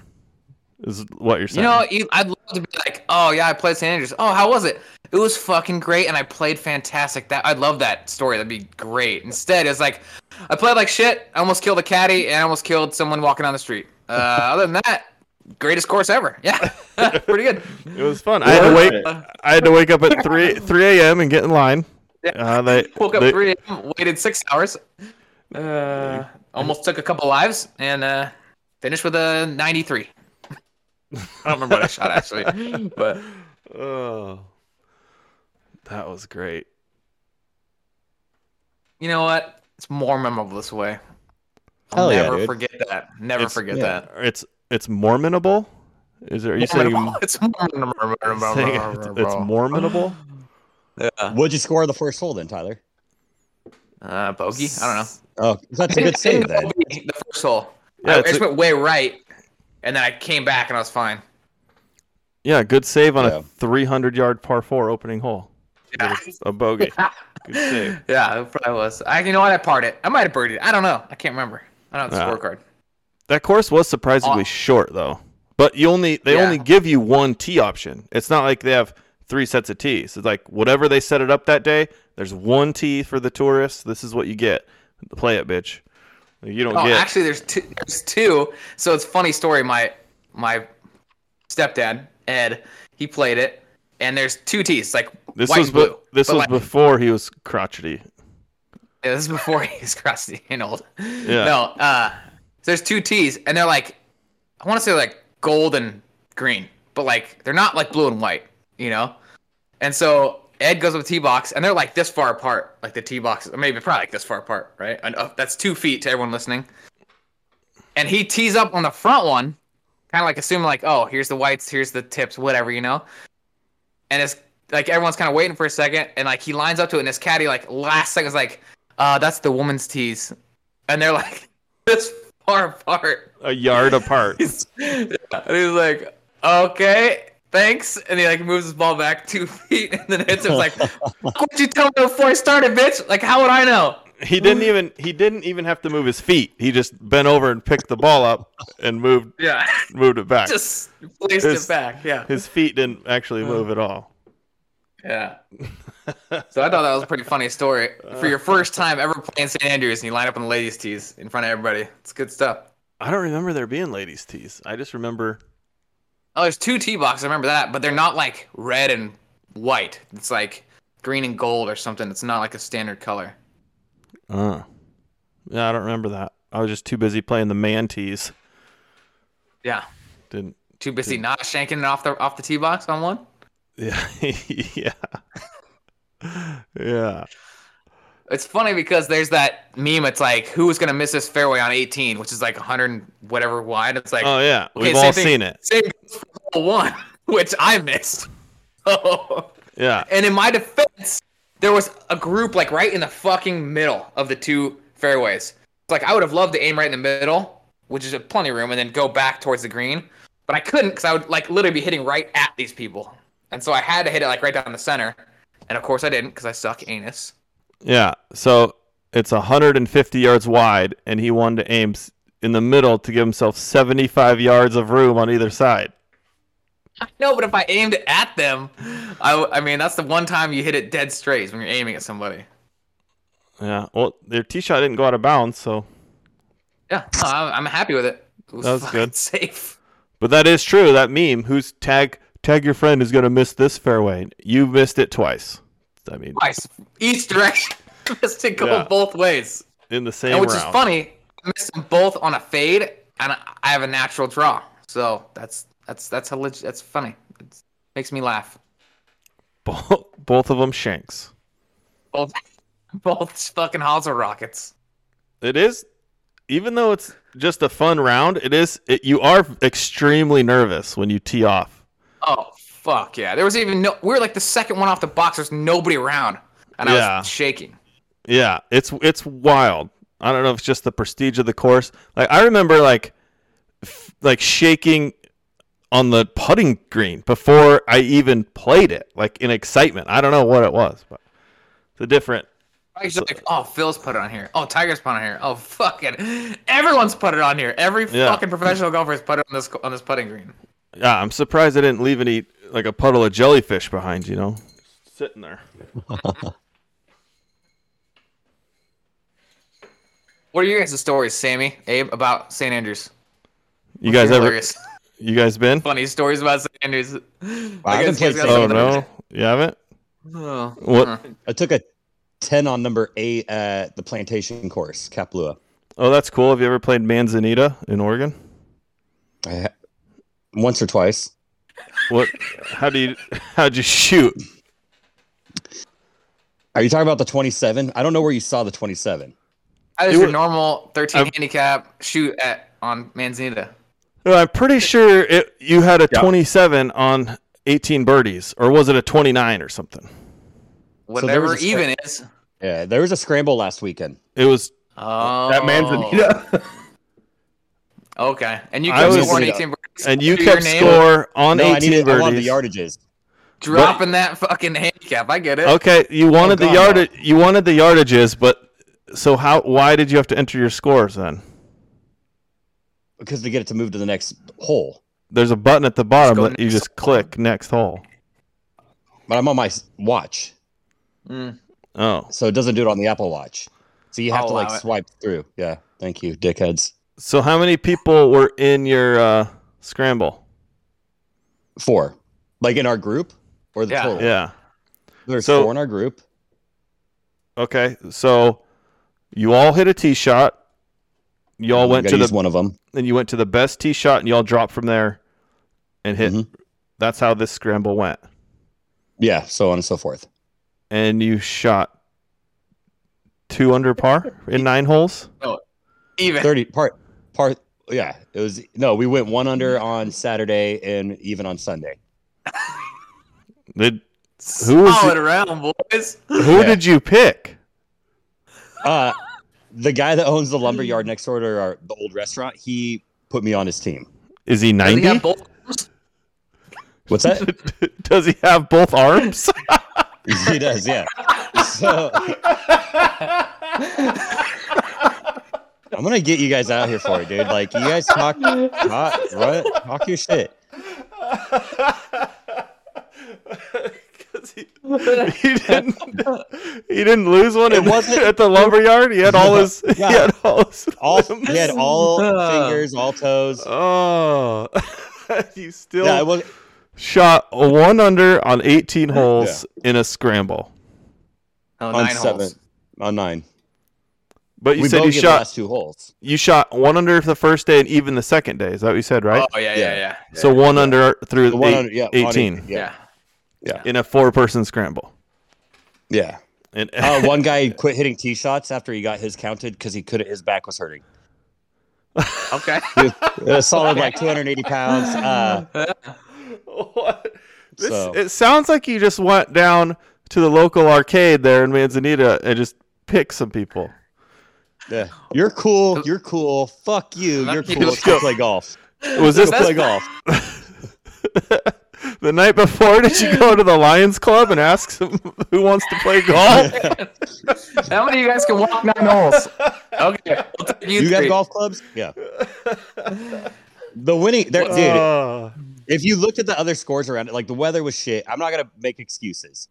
Speaker 4: Is what you're
Speaker 3: You
Speaker 4: saying?
Speaker 3: know, you, I'd love to be like, oh yeah, I played San Andreas. Oh, how was it? It was fucking great, and I played fantastic. That I'd love that story. That'd be great. Instead, it's like I played like shit. I almost killed a caddy, and I almost killed someone walking down the street. Uh, other than that, greatest course ever. Yeah, *laughs* pretty good.
Speaker 4: it was fun. I had to wake.
Speaker 5: Worth it.
Speaker 4: I had to wake up at three three a.m. and get in line.
Speaker 3: Yeah.
Speaker 4: Uh, they,
Speaker 3: *laughs* Woke up
Speaker 4: they-
Speaker 3: 3 a.m., waited six hours. Uh, almost took a couple lives, and uh, finished with a 93. *laughs* I don't remember what I shot actually, but
Speaker 4: Oh, that was great.
Speaker 3: you know what? It's more memorable this way. I'll
Speaker 6: Hell yeah,
Speaker 3: never
Speaker 6: dude.
Speaker 3: forget that. Never
Speaker 4: It's-
Speaker 3: forget
Speaker 6: yeah.
Speaker 3: that.
Speaker 4: It's it's Mormonable. Is there? Are you saying,
Speaker 3: it's more memorable.
Speaker 4: saying *laughs* it's,
Speaker 3: *gasps*
Speaker 4: it's Mormonable?
Speaker 6: What'd you score the first hole then, Tyler?
Speaker 3: uh, bogey? I don't know.
Speaker 6: Oh, that's a good save
Speaker 3: Didn't
Speaker 6: then.
Speaker 3: go bogey The first hole.
Speaker 4: Yeah,
Speaker 3: I, I
Speaker 4: it's
Speaker 3: just
Speaker 4: a-
Speaker 3: went way right, and then I came back and I was fine.
Speaker 4: Yeah, good save on
Speaker 6: Yeah.
Speaker 4: a 300 yard par four opening hole.
Speaker 3: *laughs* Yeah,
Speaker 4: A bogey. good save.
Speaker 3: yeah, it probably was. I, you know what? I parred it. I might have birdied it. I don't know. I can't remember. I don't
Speaker 4: Ah.
Speaker 3: have the scorecard.
Speaker 4: That course was surprisingly
Speaker 3: Aw.
Speaker 4: short though. But you only they
Speaker 3: Yeah.
Speaker 4: only give you one tee option. It's not like they have three sets of tees. It's like whatever they set it up that day. There's one tee for the tourists. This is what you get. Play it, bitch. You don't
Speaker 3: Oh,
Speaker 4: get.
Speaker 3: actually, there's two. There's two. So it's a funny story. My my stepdad Ed, he played it, and there's two T's like
Speaker 4: this
Speaker 3: white
Speaker 4: was
Speaker 3: and blue.
Speaker 4: be- this
Speaker 3: But,
Speaker 4: was
Speaker 3: like,
Speaker 4: before he was crotchety.
Speaker 3: yeah, this is before *laughs* he's crusty and old.
Speaker 4: Yeah.
Speaker 3: No. Uh, so there's two T's, and they're like, I want to say like gold and green, but like they're not like blue and white, you know. And so Ed goes with T box, and they're like this far apart, like the T boxes, or maybe probably like this far apart, right? And uh, that's two feet to everyone listening. And he tees up on the front one, kind of like assuming like, oh, here's the whites, here's the tips, whatever, you know. And it's like everyone's kind of waiting for a second, and like he lines up to it, and his caddy like last second is like, uh, that's the woman's tees, and they're like *laughs* this far apart.
Speaker 4: *laughs* A yard apart.
Speaker 3: *laughs* He's- and he's like, okay, thanks. And he like moves his ball back two *laughs* feet and then hits him like, what'd you tell me before I started, bitch? Like, how would I know?
Speaker 4: He didn't even he didn't even have to move his feet. He just bent over and picked the ball up and moved
Speaker 3: Yeah, *laughs*
Speaker 4: moved it back.
Speaker 3: just placed
Speaker 4: It's-
Speaker 3: it back.
Speaker 4: *laughs*
Speaker 3: Yeah,
Speaker 4: His feet didn't actually move at all.
Speaker 3: yeah. So I thought that was a pretty funny story for your first time ever playing St. Andrews, and you line up on the ladies' tees in front of everybody. It's good stuff.
Speaker 4: I don't remember there being ladies' tees. I just remember
Speaker 3: Oh, there's two tee boxes. I remember that, but they're not like red and white. It's like green and gold or something. It's not like a standard color.
Speaker 4: Uh, yeah, I don't remember that. I was just too busy playing the man tees.
Speaker 3: Yeah.
Speaker 4: Didn't. *laughs*
Speaker 3: Too busy
Speaker 4: Hmm.
Speaker 3: not shanking it off the off the tee box on one.
Speaker 4: Yeah. *laughs* yeah. Yeah.
Speaker 3: It's funny because there's that meme. It's like who's gonna miss this fairway on 18, which is like 100 and whatever wide. It's like
Speaker 4: Oh yeah.
Speaker 3: okay,
Speaker 4: We've
Speaker 3: same
Speaker 4: all
Speaker 3: thing-
Speaker 4: seen it.
Speaker 3: Same goes for hole one, *laughs* which I missed. *laughs* Oh.
Speaker 4: Yeah.
Speaker 3: And in my defense, there was a group like right in the fucking middle of the two fairways. It's like I would have loved to aim right in the middle, which is a plenty of room, and then go back towards the green. But I couldn't because I would like literally be hitting right at these people. And so I had to hit it like right down the center. And of course I didn't because I suck anus.
Speaker 4: Yeah. So it's 150 yards wide, and he wanted to aim s- in the middle to give himself 75 yards of room on either side.
Speaker 3: No, but if I aimed at them, I, w- I mean, that's the one time you hit it dead straight is when you're aiming at somebody.
Speaker 4: Yeah. Well, their tee shot didn't go out of bounds, so.
Speaker 3: Yeah, no, I'm, I'm happy with it. It
Speaker 4: That was
Speaker 3: fucking
Speaker 4: good.
Speaker 3: Safe. *laughs*
Speaker 4: But that is true. That meme. Who's tag tag your friend is gonna miss this fairway? You missed it twice. I mean,
Speaker 3: Twice. Each direction. *laughs* Just to go
Speaker 4: Yeah.
Speaker 3: both ways.
Speaker 4: in the same
Speaker 3: And which
Speaker 4: round.
Speaker 3: is funny, I missed them both on a fade, and I I have a natural draw. So that's that's that's a leg- that's funny. It makes me laugh.
Speaker 4: Both, both of them shanks.
Speaker 3: Both *laughs* both fucking hosel rockets.
Speaker 4: It is, even though it's just a fun round. It is. It, you are extremely nervous when you tee off.
Speaker 3: Oh fuck yeah! There was even no. We were like the second one off the box. There's nobody around, and I
Speaker 4: Yeah.
Speaker 3: was shaking.
Speaker 4: Yeah, it's it's wild. I don't know if it's just the prestige of the course. Like I remember, like f- like shaking on the putting green before I even played it. Like in excitement. I don't know what it was, but it's a different.
Speaker 3: I was just like, oh, Phil's put it on here. Oh, Tiger's put it on here. Oh, fucking everyone's put it on here. Every
Speaker 4: Yeah.
Speaker 3: fucking professional golfer has put it on this on this putting green.
Speaker 4: Yeah, I'm surprised I didn't leave any like a puddle of jellyfish behind. You know, sitting there.
Speaker 3: What are your guys' stories, Sammy, Abe, about St. Andrews?
Speaker 4: You guys ever?
Speaker 3: Hilarious.
Speaker 4: You guys been?
Speaker 3: funny stories about St. Andrews.
Speaker 6: I haven't Uh-huh.
Speaker 3: guess you
Speaker 6: played
Speaker 3: guys got
Speaker 4: Oh
Speaker 3: something to-
Speaker 4: no, you haven't.
Speaker 3: Oh.
Speaker 4: What?
Speaker 3: Huh.
Speaker 6: I took a 10 on number eight at the plantation course, Kapalua.
Speaker 4: Oh, that's cool. Have you ever played Manzanita in Oregon?
Speaker 6: I ha- once or twice.
Speaker 4: What? How do you? *laughs* How'd you shoot?
Speaker 6: Are you talking about the 27? I don't know where you saw the 27.
Speaker 3: How does
Speaker 4: You
Speaker 3: your
Speaker 4: were-
Speaker 3: normal 13
Speaker 4: I'm-
Speaker 3: handicap shoot at on Manzanita?
Speaker 4: Well, I'm pretty sure it. You had a 27 on 18 birdies, or was it a 29 or something?
Speaker 6: there was
Speaker 3: Whatever
Speaker 6: a
Speaker 3: even is.
Speaker 6: Yeah, there was a scramble last weekend.
Speaker 4: It was.
Speaker 3: Oh.
Speaker 5: That man's *laughs* Anita.
Speaker 3: Okay. And you
Speaker 4: I
Speaker 3: kept
Speaker 4: was-
Speaker 3: scoring 18 birdies
Speaker 4: And you
Speaker 3: under
Speaker 4: kept
Speaker 3: your name,
Speaker 4: score on
Speaker 6: No,
Speaker 4: 18
Speaker 6: I needed I wanted the
Speaker 4: birdies.
Speaker 6: yardages.
Speaker 3: dropping that fucking handicap. I get it.
Speaker 4: okay, you wanted the
Speaker 6: Oh, God,
Speaker 4: yard. You wanted the yardages, but so how? Why did you have to enter your scores then?
Speaker 6: because to get it to move to the next hole.
Speaker 4: There's a button at the bottom
Speaker 3: go
Speaker 4: that you
Speaker 3: next
Speaker 4: just click next hole.
Speaker 6: But I'm on my s- watch,
Speaker 4: Oh,
Speaker 6: so it doesn't do it on the Apple Watch. So you have
Speaker 3: I'll
Speaker 6: to like
Speaker 4: Oh,
Speaker 3: allow it.
Speaker 6: swipe through. Yeah. Thank you, dickheads.
Speaker 4: So how many people were in your uh, scramble?
Speaker 6: Four. Like in our group or the
Speaker 3: Yeah.
Speaker 6: total?
Speaker 4: Yeah.
Speaker 6: There's
Speaker 4: So-
Speaker 6: four in our group.
Speaker 4: Okay. So you all hit a tee shot. You all
Speaker 6: Uh, Oh, We
Speaker 4: went
Speaker 6: gotta
Speaker 4: to the
Speaker 6: use one of them.
Speaker 4: and you went to the best tee shot and you all dropped from there and hit.
Speaker 6: Mhm.
Speaker 4: That's how this scramble went.
Speaker 6: Yeah, so on and so forth.
Speaker 4: And you shot two under par in nine holes. *laughs*
Speaker 3: Even.
Speaker 6: 30 part part yeah, it was no, we went one under on Saturday and even on Sunday.
Speaker 4: Did Who was
Speaker 3: Solid round, boys. *laughs*
Speaker 4: who
Speaker 6: Yeah.
Speaker 4: did you pick?
Speaker 6: Uh the guy that owns the lumber yard next door to our the old restaurant, he put me on his team.
Speaker 4: Is
Speaker 3: Does he
Speaker 4: he ninety?
Speaker 3: have both arms?
Speaker 6: What's that?
Speaker 4: *laughs*
Speaker 6: *laughs*
Speaker 4: Does he have both arms?
Speaker 6: he does, yeah. So I'm gonna get you guys out here for it, dude. Like you guys talk, talk, what? Talk your shit.
Speaker 4: Because he, he didn't he didn't lose one at,
Speaker 6: wasn't-
Speaker 4: at the lumber yard. He had all his
Speaker 6: *laughs* Yeah.
Speaker 4: he had all his
Speaker 6: All
Speaker 4: limbs.
Speaker 6: he had all
Speaker 3: Uh.
Speaker 6: fingers, all toes.
Speaker 4: Oh, *laughs* you still
Speaker 6: Yeah, it was.
Speaker 4: shot a one under on 18 holes in a scramble.
Speaker 3: Oh,
Speaker 6: on
Speaker 3: nine
Speaker 6: seven,
Speaker 3: holes.
Speaker 6: on nine.
Speaker 4: But you
Speaker 6: we
Speaker 4: said
Speaker 6: both
Speaker 4: you
Speaker 6: get the
Speaker 4: shot
Speaker 6: last two holes.
Speaker 4: you shot one under the first day and even the second day. Is that what you said, right?
Speaker 3: Oh yeah, yeah,
Speaker 6: Yeah.
Speaker 3: yeah. yeah.
Speaker 4: so one under through
Speaker 6: The one
Speaker 4: eight-
Speaker 6: under, yeah, on
Speaker 4: 18
Speaker 6: eight, yeah,
Speaker 4: in a four-person scramble.
Speaker 6: yeah.
Speaker 4: And *laughs*
Speaker 6: *laughs* Uh, one guy quit hitting tee shots after he got his counted because he could. not His back was
Speaker 4: *laughs*
Speaker 6: hurting.
Speaker 3: Okay. *laughs*
Speaker 6: It was uh, solid like 280 pounds. Uh,
Speaker 4: What? *laughs* This,
Speaker 6: So-
Speaker 4: It sounds like you just went down to the local arcade there in Manzanita and just picked some people.
Speaker 6: yeah. You're cool. You're cool. Fuck you. You're cool. Let's go play golf.
Speaker 4: Was this
Speaker 6: Let's go
Speaker 4: *laughs*
Speaker 6: play golf.
Speaker 4: the night before? Did you go to the Lions Club and ask some, *laughs* who wants to play golf?
Speaker 3: How many of you guys can walk nine holes? Okay. We'll take you
Speaker 6: You got
Speaker 3: three.
Speaker 6: golf clubs?
Speaker 4: *laughs*
Speaker 6: Yeah. The winning, there, *laughs* dude.
Speaker 4: Uh,
Speaker 6: If you looked at the other scores around it, like the weather was shit. I'm not gonna make excuses.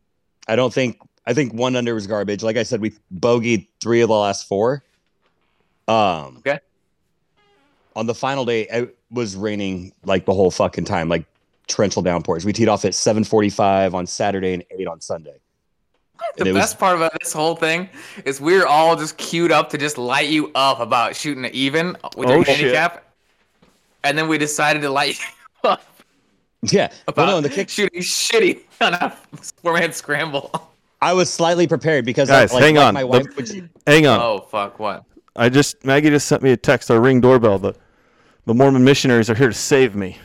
Speaker 6: I don't think. I think one under was garbage. Like I said, we bogeyed three of the last four. Um.
Speaker 3: Okay.
Speaker 6: On the final day, it was raining like the whole fucking time, like torrential downpours. We teed off at 7:45 on Saturday and eight on Sunday.
Speaker 3: The
Speaker 6: And it was-
Speaker 3: best part about this whole thing is we're all just queued up to just light you up about shooting it even with
Speaker 4: Oh,
Speaker 3: your
Speaker 4: shit.
Speaker 3: handicap, and then we decided to light you up
Speaker 6: *laughs* Yeah.
Speaker 3: about
Speaker 6: Well, no, and the kick.
Speaker 3: shooting shitty *laughs* on a four-man scramble.
Speaker 6: I was slightly prepared because
Speaker 4: Guys,
Speaker 6: like,
Speaker 4: hang
Speaker 6: like
Speaker 4: on.
Speaker 6: My
Speaker 4: The-
Speaker 6: wife, would she-
Speaker 4: hang on.
Speaker 3: Oh fuck! What?
Speaker 4: I just Maggie just sent me a text. Our ring doorbell. The the Mormon missionaries are here to save me.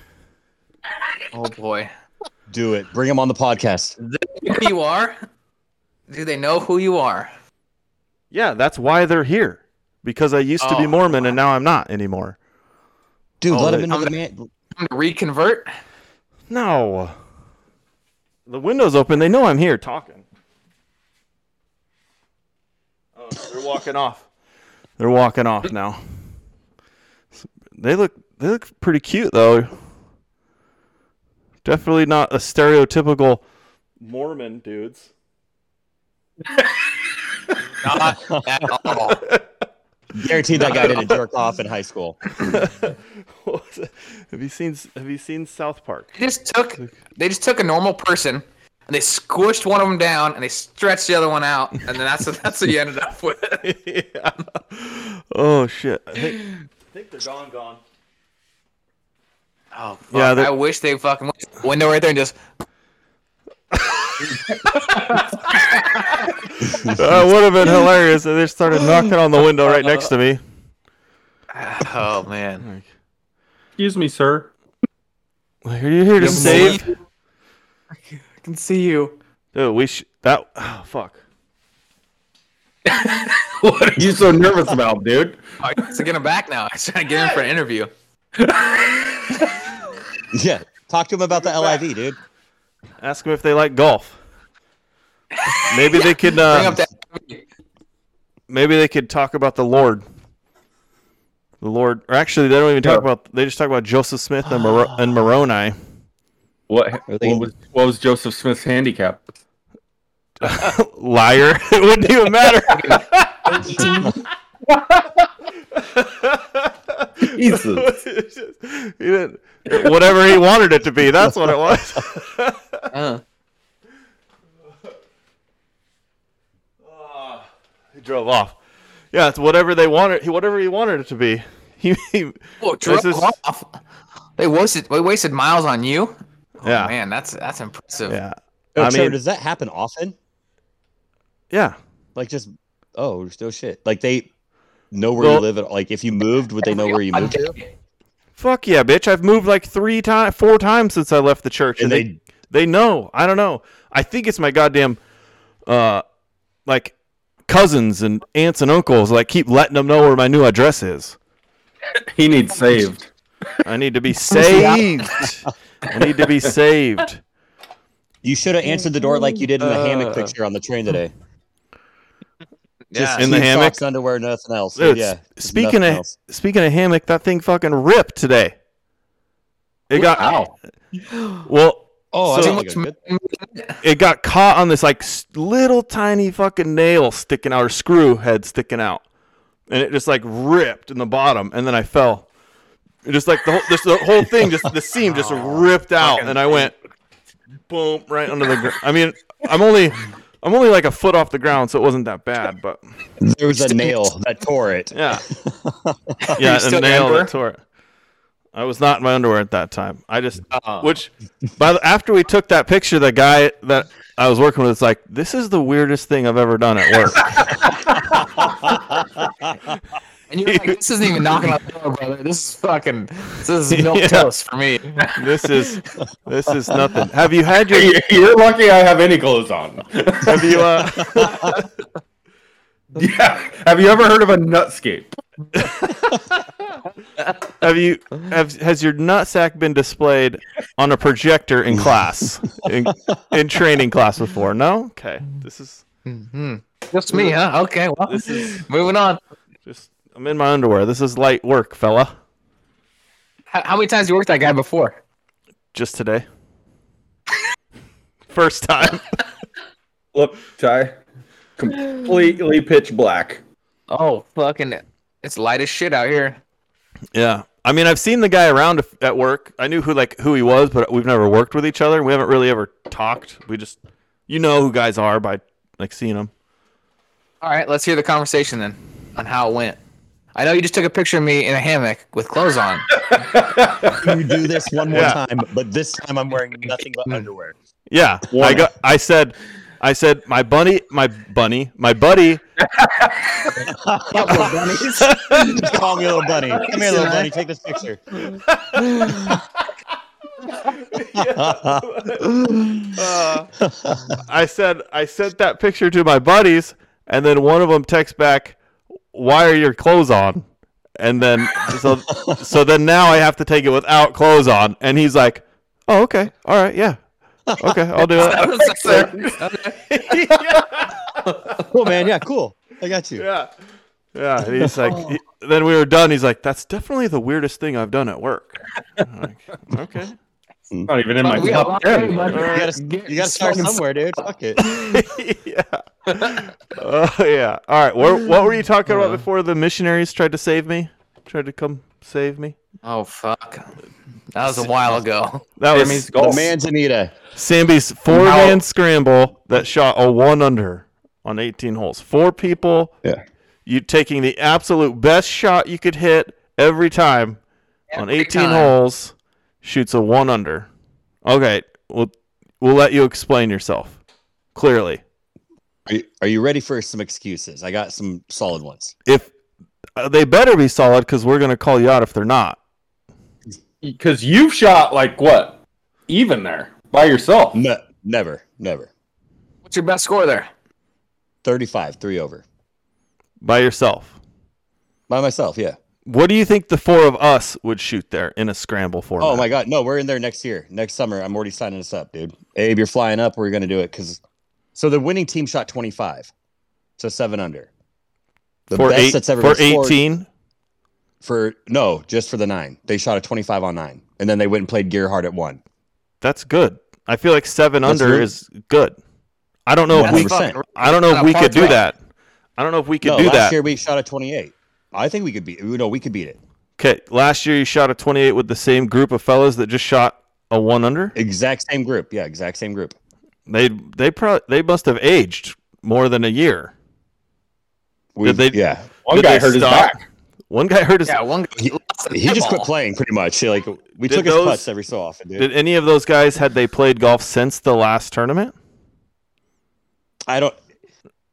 Speaker 3: Oh boy.
Speaker 6: do it. Bring him on the podcast.
Speaker 3: who you are? Do they know who you are?
Speaker 4: Yeah, that's why they're here. Because I used to be
Speaker 3: Oh.
Speaker 4: Mormon and now I'm not anymore.
Speaker 6: Dude,
Speaker 3: Oh,
Speaker 6: let him into
Speaker 3: I'm
Speaker 6: the man.
Speaker 3: Time to reconvert.
Speaker 4: No. The window's open. They know I'm here talking. Oh, they're walking off. They're walking off now. They look they look pretty cute though. Definitely not a *laughs* stereotypical Mormon dudes.
Speaker 3: Not at all.
Speaker 6: Guaranteed that guy didn't jerk off in high school.
Speaker 4: have you seen Have you seen South Park?
Speaker 3: They just took they just took a normal person and they squished one of them down and they stretched the other one out and then that's *laughs* that's what you ended up with.
Speaker 4: yeah. *laughs* Oh shit! I think, they're gone, gone.
Speaker 3: Oh, fuck.
Speaker 4: Yeah, they're-
Speaker 3: I wish they fucking went to the window right there and just
Speaker 4: *laughs* That would have been hilarious if they started knocking on the window right next to me.
Speaker 3: oh man.
Speaker 7: Excuse me, sir.
Speaker 4: Like, are you here to
Speaker 3: Can
Speaker 4: save?
Speaker 3: see you. I can see you.
Speaker 4: Dude, we sh- that. Oh, fuck.
Speaker 5: What are you so nervous about, dude?
Speaker 3: Oh, I was getting him back now. *laughs* I was trying to get him for an interview.
Speaker 6: *laughs* Yeah. Talk to him about the LIV, dude.
Speaker 4: Ask them if they like golf. Maybe they could.
Speaker 3: Bring
Speaker 4: Uh, *laughs*
Speaker 3: up that
Speaker 4: maybe they could talk about the Lord. The Lord, or actually, they don't even talk
Speaker 5: Yeah.
Speaker 4: about. They just talk about Joseph Smith and, Maro- and Moroni.
Speaker 5: What,
Speaker 6: Are they-
Speaker 5: what, was, what was Joseph Smith's handicap?
Speaker 4: *laughs* Liar! it wouldn't even matter.
Speaker 5: Jesus.
Speaker 4: *laughs* he didn't, whatever he wanted it to be, that's what it was. *laughs* Uh-huh.
Speaker 3: Uh,
Speaker 4: he drove off. Yeah, it's whatever they wanted. He whatever he wanted it to be. *laughs* He, he
Speaker 3: well, drove
Speaker 4: is-
Speaker 3: Oh, off. They wasted. They wasted miles on you.
Speaker 4: yeah,
Speaker 3: Man, that's that's impressive.
Speaker 4: yeah.
Speaker 6: Oh,
Speaker 4: I
Speaker 6: Trevor,
Speaker 4: mean,
Speaker 6: does that happen often?
Speaker 4: yeah.
Speaker 6: Like just oh, there's no shit. Like they know where
Speaker 4: Well-
Speaker 6: you live. At, like if you moved, would they know where you moved to?
Speaker 4: Fuck yeah, bitch! I've moved like three times, four times since I left the church, and,
Speaker 6: And they
Speaker 4: they they know. I don't know. I think it's my goddamn, uh, like cousins and aunts and uncles like keep letting them know where my new address is.
Speaker 5: He needs saved.
Speaker 4: I need to
Speaker 6: *laughs*
Speaker 4: be saved. I need to be saved.
Speaker 6: you should have answered the door like you did in the hammock
Speaker 3: Uh.
Speaker 6: picture on the train today.
Speaker 3: Yeah.
Speaker 4: In the
Speaker 6: Two
Speaker 4: hammock?
Speaker 6: socks, underwear, nothing else.
Speaker 4: Dude,
Speaker 6: yeah.
Speaker 4: s-
Speaker 6: just
Speaker 4: speaking
Speaker 6: nothing
Speaker 4: of
Speaker 6: else.
Speaker 4: speaking of hammock, that thing fucking ripped today. It got
Speaker 5: Ow.
Speaker 4: well. so-
Speaker 6: oh, that's
Speaker 3: Too
Speaker 6: not
Speaker 3: much
Speaker 6: good.
Speaker 4: It got caught on this like s- little tiny fucking nail sticking out or screw head sticking out, and it just like ripped in the bottom, and then I fell. It just like the whole this, the whole thing just the seam just ripped out, and I went boom right under the. Gr- I mean, I'm only I'm only like a foot off the ground, so it wasn't that bad, but.
Speaker 6: There was a nail that tore it.
Speaker 4: *laughs* Yeah. yeah,
Speaker 3: still
Speaker 4: a nail
Speaker 3: remember?
Speaker 4: that tore it. I was not in my underwear at that time. I just, which, by the, after we took that picture, the guy that I was working with is like, "This is the weirdest thing I've ever done at work."
Speaker 3: And you're like, this isn't even
Speaker 4: *laughs*
Speaker 3: knocking on the door, brother. This is fucking. This is milk
Speaker 4: Yeah.
Speaker 3: toast for me. *laughs*
Speaker 4: this is, this is nothing. Have you had your,
Speaker 5: You're, *laughs* you're lucky I have any clothes on.
Speaker 4: have you, uh,
Speaker 5: *laughs*
Speaker 4: *laughs*
Speaker 5: yeah. Have you ever heard of a nutscape?
Speaker 4: have you, have, has your nutsack been displayed on a projector in class, in, in training class before? No. Okay. This is,
Speaker 3: hmm Just me, huh? Okay. Well,
Speaker 4: this is
Speaker 3: moving on.
Speaker 4: just. I'm in my underwear. This is light work, fella.
Speaker 3: How, how many times you worked that guy before?
Speaker 4: just today. *laughs* First time.
Speaker 5: Look, Ty. Completely pitch black.
Speaker 3: Oh, fucking. It's light as shit out here.
Speaker 4: *laughs* yeah. I mean, I've seen the guy around if- at work. I knew who like who he was, but we've never worked with each other. We haven't really ever talked. We just you know who guys are by like seeing them.
Speaker 3: All right, let's hear the conversation then on how it went. I know you just took a picture of me in a hammock with clothes on.
Speaker 6: Can you do this one more
Speaker 4: Yeah.
Speaker 6: time? But this time I'm wearing nothing but underwear.
Speaker 4: Yeah. I got I said I said my bunny my bunny, my buddy
Speaker 6: *laughs* Couple of bunnies. Just call me little bunny. Come here, little bunny. Take this picture.
Speaker 4: I said I sent that picture to my buddies, and then one of them texts back, "Why are your clothes on?" And then so so then now I have to take it without clothes on, and he's like, "Oh, okay, all right, yeah, okay,
Speaker 3: *laughs*
Speaker 4: I'll do
Speaker 3: I
Speaker 4: it."
Speaker 3: was like, sir,
Speaker 6: Cool, man. Yeah, cool. I got you.
Speaker 4: yeah, yeah. And he's like, he- then we were done. He's like, "That's definitely the weirdest thing I've done at work." I'm like, okay. *laughs*
Speaker 5: Not even in my
Speaker 3: we got-
Speaker 5: top ten.
Speaker 3: All
Speaker 6: You
Speaker 3: right.
Speaker 6: gotta, you gotta start somewhere, dude. Fuck it.
Speaker 4: yeah. Oh yeah. All right. What, what were you talking about before the missionaries tried to save me? Tried to come save me.
Speaker 3: Oh, fuck. That was a while ago.
Speaker 4: That
Speaker 5: Sammy's
Speaker 4: was
Speaker 5: golf.
Speaker 6: The manzanita.
Speaker 4: Samby's four-man scramble that shot a one under on 18 holes. Four people.
Speaker 5: Yeah.
Speaker 4: You taking the absolute best shot you could hit every time on
Speaker 3: Every
Speaker 4: 18
Speaker 3: time.
Speaker 4: holes. Shoots a one under. Okay. We'll we'll let you explain yourself clearly.
Speaker 6: Are you, are you ready for some excuses? I got some solid ones.
Speaker 4: If uh, they better be solid, because we're gonna call you out if they're not.
Speaker 5: Because you've shot like what? Even there by yourself.
Speaker 6: No, never, never.
Speaker 3: What's your best score there?
Speaker 6: 35, three over.
Speaker 4: by yourself.
Speaker 6: By myself, yeah.
Speaker 4: What do you think the four of us would shoot there in a scramble format?
Speaker 6: Oh my God, no, we're in there next year, next summer. I'm already signing us up, dude. Abe, you're flying up. We're gonna do it because. So the winning team shot 25, so seven under. The
Speaker 4: for
Speaker 6: best
Speaker 4: eight,
Speaker 6: that's ever
Speaker 4: for
Speaker 6: been scored
Speaker 4: 18.
Speaker 6: for no, just for the nine. They shot a 25 on nine, and then they went and played Gearhart at one.
Speaker 4: That's good. I feel like seven
Speaker 6: That's
Speaker 4: under
Speaker 6: good.
Speaker 4: is good. I don't know if
Speaker 6: That's
Speaker 4: we.
Speaker 6: fucking-
Speaker 4: I don't know if
Speaker 3: Not
Speaker 4: we
Speaker 3: far
Speaker 4: could do
Speaker 3: threat.
Speaker 4: that. I don't know if we could
Speaker 6: no,
Speaker 4: do
Speaker 6: last
Speaker 4: that.
Speaker 6: year we shot a 28. I think we could beat. No, we could beat it.
Speaker 4: Okay, last year you shot a 28 with the same group of fellas that just shot a one under.
Speaker 6: Exact same group. Yeah, exact same group.
Speaker 4: They they probably they must have aged more than a year.
Speaker 6: We,
Speaker 4: Did they-
Speaker 6: yeah,
Speaker 5: One
Speaker 4: Did
Speaker 5: guy
Speaker 4: they
Speaker 5: hurt his
Speaker 4: stop?
Speaker 5: back.
Speaker 4: One guy hurt his.
Speaker 3: Yeah, one guy
Speaker 6: he,
Speaker 3: lost the
Speaker 6: he just quit
Speaker 3: ball.
Speaker 6: playing pretty much. Like we
Speaker 4: Did
Speaker 6: took his
Speaker 4: those-
Speaker 6: putts every so often, dude.
Speaker 4: Did any of those guys had they played golf since the last tournament?
Speaker 6: I don't.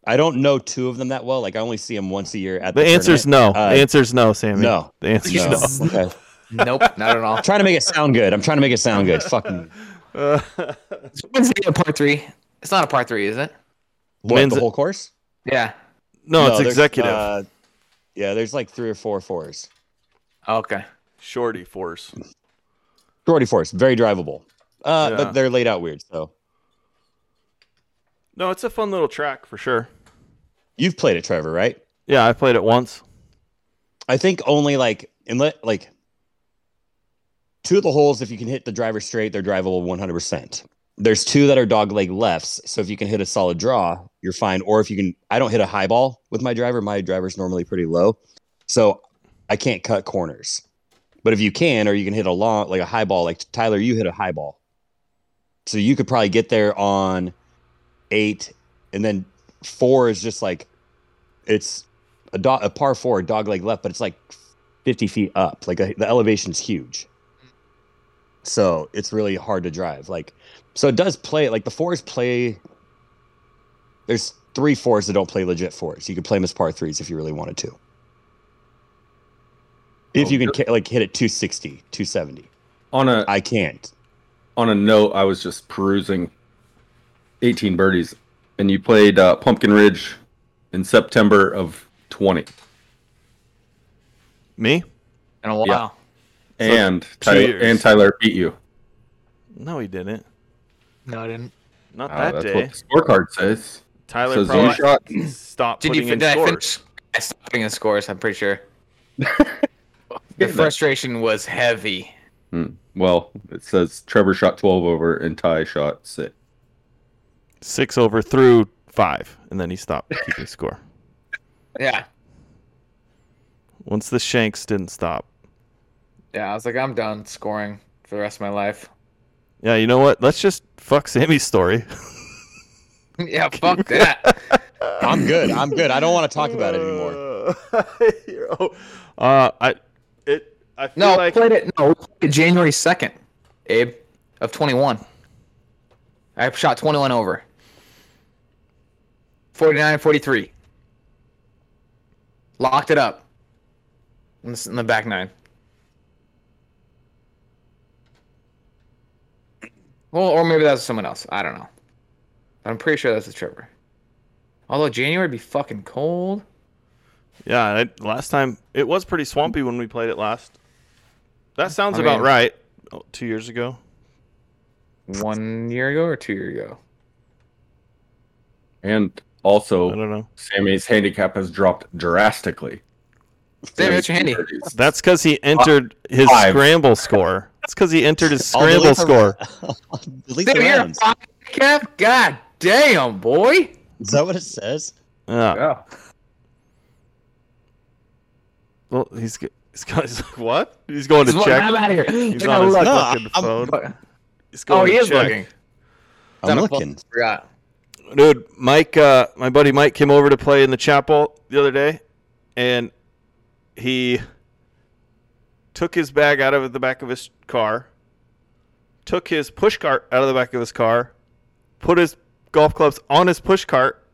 Speaker 6: I don't know two of them that well. Like I only see them once a year at the.
Speaker 4: The answer's no.
Speaker 6: tournament.
Speaker 4: the answer's no, Sammy.
Speaker 6: Uh, no.
Speaker 4: The answer's no. *laughs*
Speaker 6: No.
Speaker 3: Nope,
Speaker 6: Okay. I'm
Speaker 3: not at *laughs* all.
Speaker 6: trying to make it sound good. I'm trying to make it sound good. Fucking
Speaker 3: It's Wednesday at part three. It's not a part three, is it?
Speaker 6: what,
Speaker 4: Men's-
Speaker 6: the whole course.
Speaker 3: Yeah.
Speaker 4: no, it's
Speaker 6: there's,
Speaker 4: executive.
Speaker 6: uh, yeah, there's like three or four fours.
Speaker 3: Oh, Okay.
Speaker 4: Shorty force.
Speaker 6: Shorty fours, very drivable. Uh,
Speaker 4: Yeah.
Speaker 6: But they're laid out weird. So
Speaker 4: No, it's a fun little track for sure.
Speaker 6: you've played it, Trevor, right?
Speaker 4: Yeah, I played it once.
Speaker 6: I think only like inlet like two of the holes. If you can hit the driver straight, they're drivable 100. percent There's two that are dog leg lefts. So if you can hit a solid draw, you're fine. Or if you can, I don't hit a high ball with my driver. My driver's normally pretty low, so I can't cut corners. But if you can, or you can hit a long like a high ball, like Tyler, you hit a high ball, so you could probably get there on eight, and then four is just like it's a, do- a par four dog leg left, but it's like 50 feet up. Like a, the elevation's huge. So it's really hard to drive. Like, so it does play, like the fours play. There's three fours that don't play legit fours. You could play them as par threes if you really wanted to. If you can, ca- like, hit it 260, 270.
Speaker 7: On a
Speaker 6: I can't.
Speaker 7: on a note, I was just perusing 18 birdies, and you played uh, Pumpkin Ridge in September of 20,
Speaker 4: Me?
Speaker 3: In a while.
Speaker 7: Yeah. and Tyler,
Speaker 4: years.
Speaker 7: and Tyler beat you.
Speaker 4: No, he didn't.
Speaker 3: No, I didn't.
Speaker 4: Not that
Speaker 7: Uh, that's
Speaker 4: day.
Speaker 7: what the scorecard says.
Speaker 4: Tyler
Speaker 7: says you
Speaker 4: probably *laughs*
Speaker 7: shot.
Speaker 4: stopped
Speaker 3: Did you
Speaker 4: putting
Speaker 3: fin-
Speaker 4: in
Speaker 3: did I
Speaker 4: scores.
Speaker 3: finish? I stopped putting in scores, I'm pretty *laughs* sure. the frustration was heavy.
Speaker 7: Well, it says Trevor shot 12 over and Ty shot six.
Speaker 4: Six over through five, and then he *laughs* stopped keeping score.
Speaker 3: Yeah.
Speaker 4: Once the shanks didn't stop.
Speaker 3: Yeah, I was like, I'm done scoring for the rest of my life. *laughs*
Speaker 4: Yeah, you know what? Let's just fuck Sammy's *laughs* story.
Speaker 3: yeah, fuck that.
Speaker 6: I'm good. I'm good. I don't want to talk about
Speaker 4: *laughs*
Speaker 6: it anymore.
Speaker 4: anymore. uh, I, it, I feel
Speaker 3: No,
Speaker 4: like
Speaker 3: played it. No, we played it January second, Abe, of twenty one. I shot twenty one over. 49-43. Locked it up. In the, in the back nine. Well, or maybe that was someone else. I don't know. I'm pretty sure that's a Trevor. Although January would be fucking cold.
Speaker 4: yeah. I, last time it was pretty swampy when we played it last. That sounds
Speaker 3: I
Speaker 4: about
Speaker 3: mean-
Speaker 4: right. Oh, two years ago.
Speaker 3: One year ago or two year ago.
Speaker 7: And
Speaker 4: I
Speaker 7: also,
Speaker 4: don't know.
Speaker 7: Sammy's handicap has dropped drastically.
Speaker 3: Sam, what's your handy?
Speaker 7: Birdies.
Speaker 4: That's because he entered his
Speaker 7: Five.
Speaker 4: scramble score. That's because he entered his
Speaker 6: I'll
Speaker 4: scramble
Speaker 6: delete the-
Speaker 4: score.
Speaker 6: *laughs* I'll delete the
Speaker 3: Dude, you're a
Speaker 6: rounds.
Speaker 3: fucking cap? God damn, boy.
Speaker 6: Is that what it says?
Speaker 4: Yeah.
Speaker 7: Yeah.
Speaker 4: Well, he's g- he's got he's like, what? He's going to
Speaker 3: He's like, I'm
Speaker 4: check.
Speaker 3: out of here.
Speaker 4: He's
Speaker 3: Look,
Speaker 4: on his
Speaker 3: look.
Speaker 4: fucking
Speaker 6: I'm-
Speaker 4: phone. He's
Speaker 3: Oh,
Speaker 4: going
Speaker 3: he
Speaker 4: to
Speaker 3: is
Speaker 4: check.
Speaker 3: looking.
Speaker 6: I'm
Speaker 3: Not a phone.
Speaker 6: looking.
Speaker 3: Forgot.
Speaker 4: Dude, Mike, uh, my buddy Mike came over to play in the chapel the other day, and he took his bag out of the back of his car, took his push cart out of the back of his car, put his golf clubs on his push cart,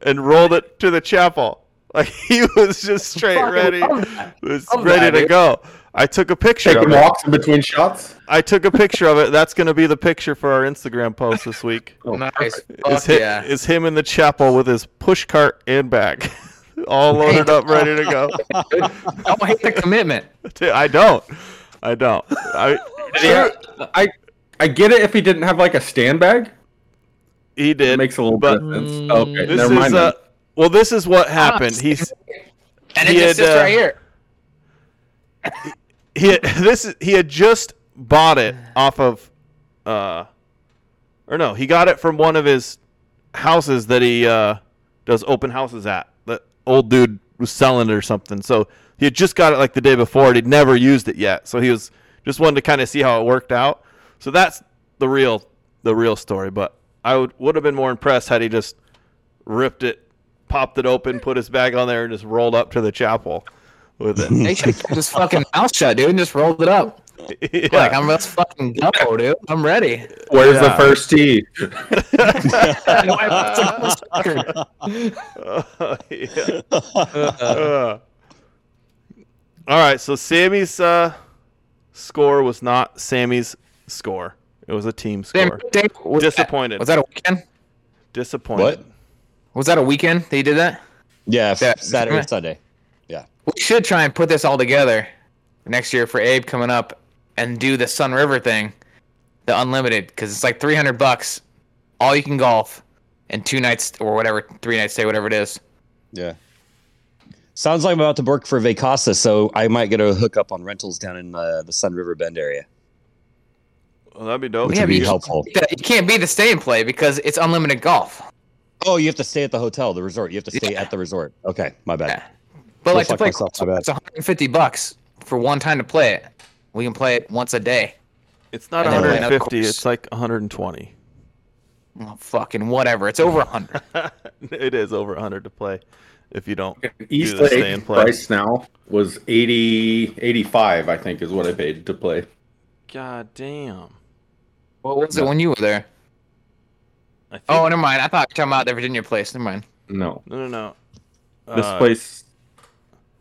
Speaker 4: and rolled it to the chapel. *laughs* Like he was just straight ready, was
Speaker 3: Love
Speaker 4: ready
Speaker 3: that,
Speaker 4: to
Speaker 3: dude.
Speaker 4: go. I took a picture of
Speaker 5: Taking
Speaker 4: it.
Speaker 5: walks in between shots.
Speaker 4: I took a picture of it. That's going to be the picture for our Instagram post this week.
Speaker 3: Nice.
Speaker 4: Is
Speaker 3: Fuck
Speaker 4: him,
Speaker 3: yeah. *laughs*
Speaker 4: is him in the chapel with his push cart and bag, *laughs* all loaded up, ready
Speaker 3: *laughs*
Speaker 4: to go.
Speaker 3: I don't hate Oh, the commitment.
Speaker 4: Dude, I don't. I don't. I,
Speaker 7: Yeah, I I get it if he didn't have like a stand bag.
Speaker 4: he
Speaker 7: It
Speaker 4: did.
Speaker 7: makes a little
Speaker 4: but- Mm,
Speaker 7: bit of sense. Okay,
Speaker 4: this
Speaker 7: never
Speaker 4: is
Speaker 7: mind.
Speaker 4: uh,
Speaker 7: then.
Speaker 4: well. This is
Speaker 3: Ah,
Speaker 4: what happened. He's
Speaker 3: And
Speaker 4: He
Speaker 3: it just
Speaker 4: had,
Speaker 3: sits
Speaker 4: uh,
Speaker 3: right here.
Speaker 4: he *laughs* had, this is- he had just bought it off of, uh, or no, he got it from one of his houses that he uh, does open houses at. The old dude was selling it or something. So he had just got it like the day before and he'd never used it yet. So he was just wanted to kind of see how it worked out. So that's the real the real story. But I would would have been more impressed had he just ripped it, popped it open, put his bag on there, and just rolled up to the chapel with it. *laughs*
Speaker 3: They should have kept his fucking mouth shut, dude, and just rolled it up. Like, I'm let's fucking go, dude. I'm ready.
Speaker 7: Where's
Speaker 4: Yeah.
Speaker 7: the first tee?
Speaker 4: Oh, yeah. Uh. all right, so Sammy's uh, score was not Sammy's score. It was a team
Speaker 3: Damn,
Speaker 4: score.
Speaker 3: Dave, was
Speaker 4: Disappointed.
Speaker 3: That, was that a weekend?
Speaker 4: Disappointed.
Speaker 6: What?
Speaker 3: Was that a weekend that you did that?
Speaker 6: Yeah, f-
Speaker 3: Yeah.
Speaker 6: Saturday, or Sunday.
Speaker 3: We should try and put this all together next year for Abe coming up and do the Sun River thing, the unlimited, because it's like 300 bucks, all you can golf, and two nights or whatever, three nights stay, whatever it is.
Speaker 6: Yeah. Sounds like I'm about to work for Vacasa, so I might get a hookup on rentals down in uh, the Sun River Bend area,
Speaker 4: Well, that'd be dope.
Speaker 6: which
Speaker 3: Yeah,
Speaker 6: would be
Speaker 3: but-
Speaker 6: helpful.
Speaker 3: Yeah, You can't be the stay and play because it's unlimited golf.
Speaker 6: Oh, you have to stay at the hotel, the resort. You have to stay at the resort. Okay, my bad.
Speaker 3: Yeah. But
Speaker 6: Go
Speaker 3: like to
Speaker 6: fuck
Speaker 3: play,
Speaker 6: myself, my bad.
Speaker 3: it's 150 bucks for one time to play it. We can play it once a day.
Speaker 4: It's not
Speaker 3: And then, like,
Speaker 4: 150.
Speaker 3: of course-
Speaker 4: It's like 120.
Speaker 3: Oh, fucking whatever. It's over 100.
Speaker 4: *laughs* it is over 100 to play if you don't.
Speaker 7: East
Speaker 4: the stay and
Speaker 7: Lake
Speaker 4: play.
Speaker 7: price now was 80, 85, I think, is what I paid to play.
Speaker 4: God damn.
Speaker 3: what was it when you were there?
Speaker 4: I think,
Speaker 3: Oh, never mind. I thought you were talking about the Virginia place. Never mind.
Speaker 7: No,
Speaker 4: no, no, no.
Speaker 7: this
Speaker 4: Uh,
Speaker 7: place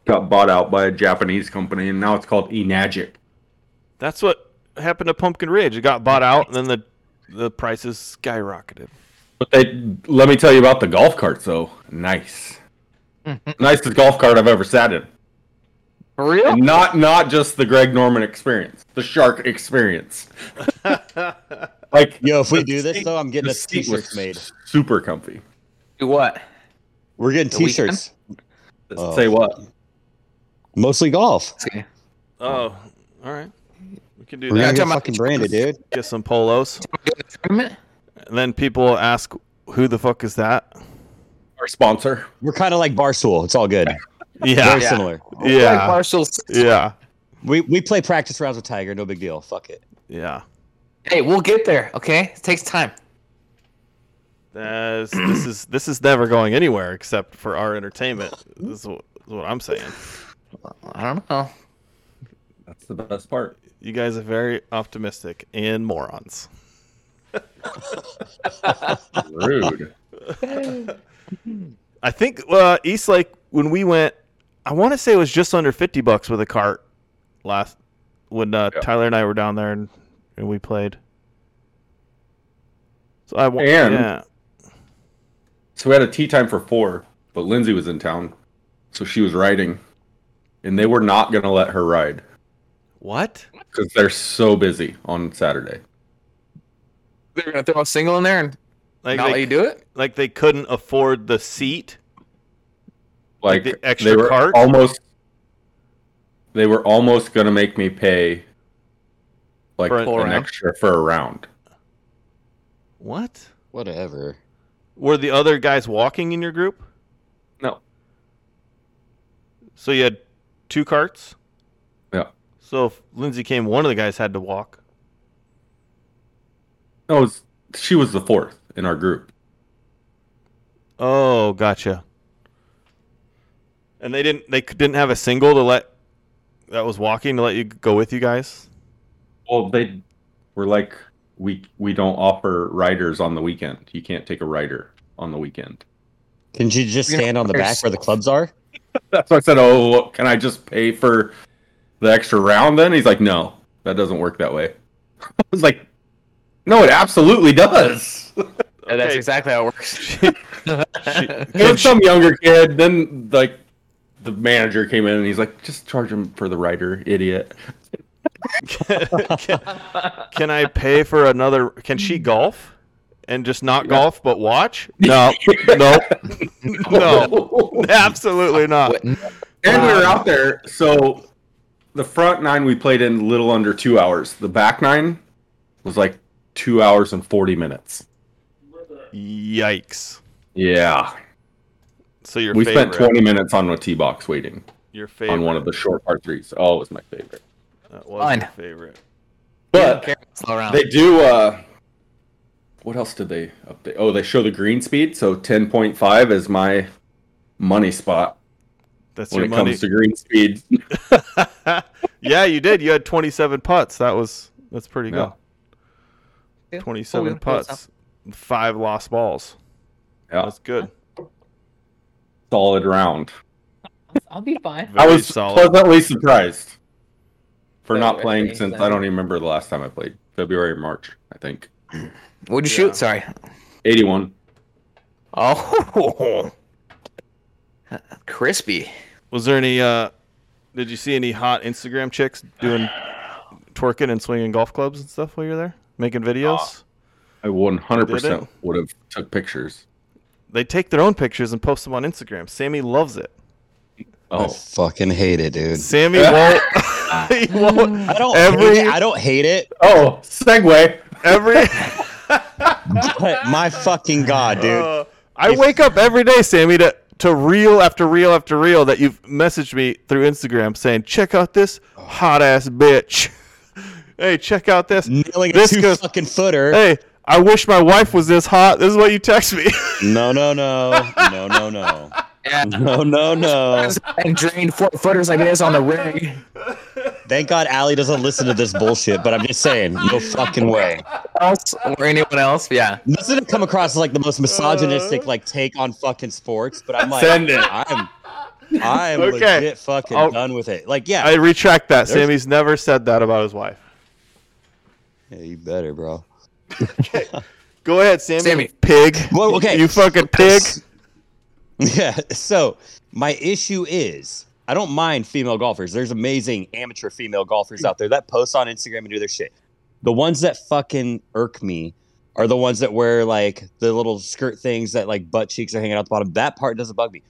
Speaker 7: got bought out by a Japanese company, and now it's called Enagic.
Speaker 4: That's what happened to Pumpkin Ridge. It got bought out, and then the the prices skyrocketed.
Speaker 7: But they let me tell you about the golf carts, though. Nice, nicest golf cart I've ever sat in.
Speaker 3: For real?
Speaker 7: And not not just the Greg Norman experience, the Shark experience. like
Speaker 6: Yo, if we do
Speaker 7: the
Speaker 6: this
Speaker 7: seat-
Speaker 6: though, I'm getting
Speaker 7: the
Speaker 6: us
Speaker 7: seat
Speaker 6: t-shirts
Speaker 7: was
Speaker 6: made.
Speaker 7: Super comfy.
Speaker 3: Do what?
Speaker 6: We're getting
Speaker 3: The weekend?
Speaker 6: t-shirts. Oh.
Speaker 7: Say what?
Speaker 6: Mostly golf.
Speaker 3: See.
Speaker 4: Oh, all right. We can do
Speaker 6: We're
Speaker 4: that.
Speaker 3: talking
Speaker 6: gonna get
Speaker 3: about
Speaker 6: fucking branded, dude.
Speaker 4: Get some polos.
Speaker 3: Doing the tournament?
Speaker 4: And then people ask, who the fuck is that?
Speaker 7: Our sponsor.
Speaker 6: We're kind of like Barstool. It's all good. Very
Speaker 4: Yeah.
Speaker 3: Yeah.
Speaker 6: similar.
Speaker 3: Like
Speaker 4: *laughs* Yeah.
Speaker 3: Marshall's.
Speaker 4: Yeah.
Speaker 6: We we play practice rounds with Tiger. No big deal. Fuck it.
Speaker 4: Yeah.
Speaker 3: Hey, we'll get there. Okay, it takes time.
Speaker 4: That's, this is this is never going anywhere except for our entertainment. This is what, is what I'm saying.
Speaker 3: I don't know.
Speaker 7: That's the best part.
Speaker 4: You guys are very optimistic and morons.
Speaker 7: Rude.
Speaker 4: I think uh, East Lake when we went, I want to say it was just under fifty bucks with a cart last when uh,
Speaker 7: Yeah.
Speaker 4: Tyler and I were down there and, and we played. So I wa-
Speaker 7: And-
Speaker 4: yeah.
Speaker 7: so we had a tea time for four, but Lindsay was in town, so she was riding, and they were not gonna let her ride
Speaker 4: What?
Speaker 7: because they're so busy on Saturday.
Speaker 3: They're gonna throw a single in there and
Speaker 4: Like
Speaker 3: not let
Speaker 4: they,
Speaker 3: you do it.
Speaker 4: like they couldn't afford the seat.
Speaker 7: like
Speaker 4: the extra
Speaker 7: they were
Speaker 4: cart?
Speaker 7: almost they were almost gonna make me pay like
Speaker 4: For a
Speaker 7: an
Speaker 4: full round?
Speaker 7: extra for a round
Speaker 4: What?
Speaker 6: Whatever.
Speaker 4: Were the other guys walking in your group?
Speaker 7: no
Speaker 4: So you had two carts.
Speaker 7: yeah
Speaker 4: So if Lindsay came, one of the guys had to walk.
Speaker 7: no it was, she was the fourth in our group
Speaker 4: Oh, gotcha. And they didn't they c- didn't have a single to let that was walking to let you go with you guys.
Speaker 7: well they were like we we don't offer riders on the weekend you can't take a rider on the *laughs* weekend
Speaker 6: Can you just stand on the back where the clubs are?
Speaker 7: that's why i said oh can i just pay for the extra round then he's like no that doesn't work that way *laughs* i was like no it absolutely does
Speaker 3: Yeah, That's
Speaker 4: Okay.
Speaker 3: exactly how it *laughs* works.
Speaker 7: It was some younger kid. Then like the manager came in and he's like, "Just charge him for the rider, idiot."
Speaker 4: can, can I pay for another can she golf? And just not golf but watch? *laughs* No. no. No. Absolutely not.
Speaker 7: And we were out there, so the front nine we played in little under two hours. The back nine was like two hours and forty minutes.
Speaker 4: Yikes.
Speaker 7: Yeah,
Speaker 4: So your
Speaker 7: we
Speaker 4: favorite,
Speaker 7: spent 20 minutes on a tee box waiting
Speaker 4: your favorite
Speaker 7: on one of the short par threes. Oh, it was my favorite.
Speaker 4: that was your
Speaker 3: Fine.
Speaker 4: favorite.
Speaker 7: But
Speaker 3: Slow round.
Speaker 7: They do. uh What else did they update? Oh, they show the green speed. So ten point five is my money spot
Speaker 4: That's
Speaker 7: when
Speaker 4: your
Speaker 7: it
Speaker 4: money.
Speaker 7: comes to green speed.
Speaker 4: *laughs* yeah, you did. You had 27 putts. That was that's pretty
Speaker 7: Yeah.
Speaker 3: Yeah.
Speaker 4: good. 27
Speaker 3: Oh, we-
Speaker 4: putts, five lost balls.
Speaker 7: Yeah.
Speaker 4: That's good.
Speaker 7: Solid round.
Speaker 3: I'll be fine.
Speaker 4: Very
Speaker 7: I was
Speaker 4: solid.
Speaker 7: pleasantly surprised for
Speaker 3: Yeah,
Speaker 7: not
Speaker 3: I
Speaker 7: playing
Speaker 3: think
Speaker 7: since
Speaker 3: that-
Speaker 7: I don't even remember the last time I played. February, March, I think.
Speaker 3: What'd you
Speaker 4: Yeah.
Speaker 3: shoot? Sorry.
Speaker 7: Eighty-one.
Speaker 3: Oh, *laughs* crispy.
Speaker 4: Was there any? uh Did you see any hot Instagram chicks doing twerking and swinging golf clubs and stuff while you're there, making
Speaker 7: Uh.
Speaker 4: videos?
Speaker 7: I one hundred
Speaker 4: Did
Speaker 7: percent would have took pictures.
Speaker 4: They take their own pictures and post them on Instagram. Sammy loves
Speaker 7: *laughs*
Speaker 4: it.
Speaker 6: I
Speaker 7: Oh,
Speaker 6: fucking hate it, dude.
Speaker 4: Sammy won't. *laughs* he won't
Speaker 6: *laughs* I don't.
Speaker 4: Every-
Speaker 6: Hate it. I don't hate it.
Speaker 7: oh, segue.
Speaker 4: every.
Speaker 6: But my fucking god, dude.
Speaker 4: Uh, I wake up every day, Sammy, to to reel after reel after reel that you've messaged me through Instagram saying, "Check out this hot ass bitch." *laughs* hey, check out this.
Speaker 6: Nailing a
Speaker 4: this
Speaker 6: two
Speaker 4: goes-
Speaker 6: fucking footer.
Speaker 4: Hey, I wish my wife was this hot. This is what you text me. *laughs*
Speaker 6: No, no, no, no, no, no,
Speaker 3: Yeah.
Speaker 6: no, no, no.
Speaker 3: and drained four footers like this on the ring.
Speaker 6: Thank God Allie doesn't listen to this bullshit. But I'm just saying, no fucking way.
Speaker 3: Us or anyone else? Yeah.
Speaker 6: This didn't come across as like the most misogynistic like take on fucking sports, but I'm like,
Speaker 7: Send it.
Speaker 6: I'm, I'm
Speaker 4: Okay.
Speaker 6: legit fucking
Speaker 4: I'll-
Speaker 6: done with it. Like, yeah,
Speaker 4: I retract that.
Speaker 6: There's-
Speaker 4: Sammy's never said that about his wife.
Speaker 6: Yeah, you better, bro.
Speaker 4: Go ahead, Sammy.
Speaker 3: Sammy.
Speaker 4: pig.
Speaker 6: Well, okay.
Speaker 4: You fucking pig.
Speaker 6: *laughs* Yeah. So my issue is I don't mind female golfers. There's amazing amateur female golfers out there that post on Instagram and do their shit. The ones that fucking irk me are the ones that wear like the little skirt things that like butt cheeks are hanging out the bottom. That part doesn't bug me.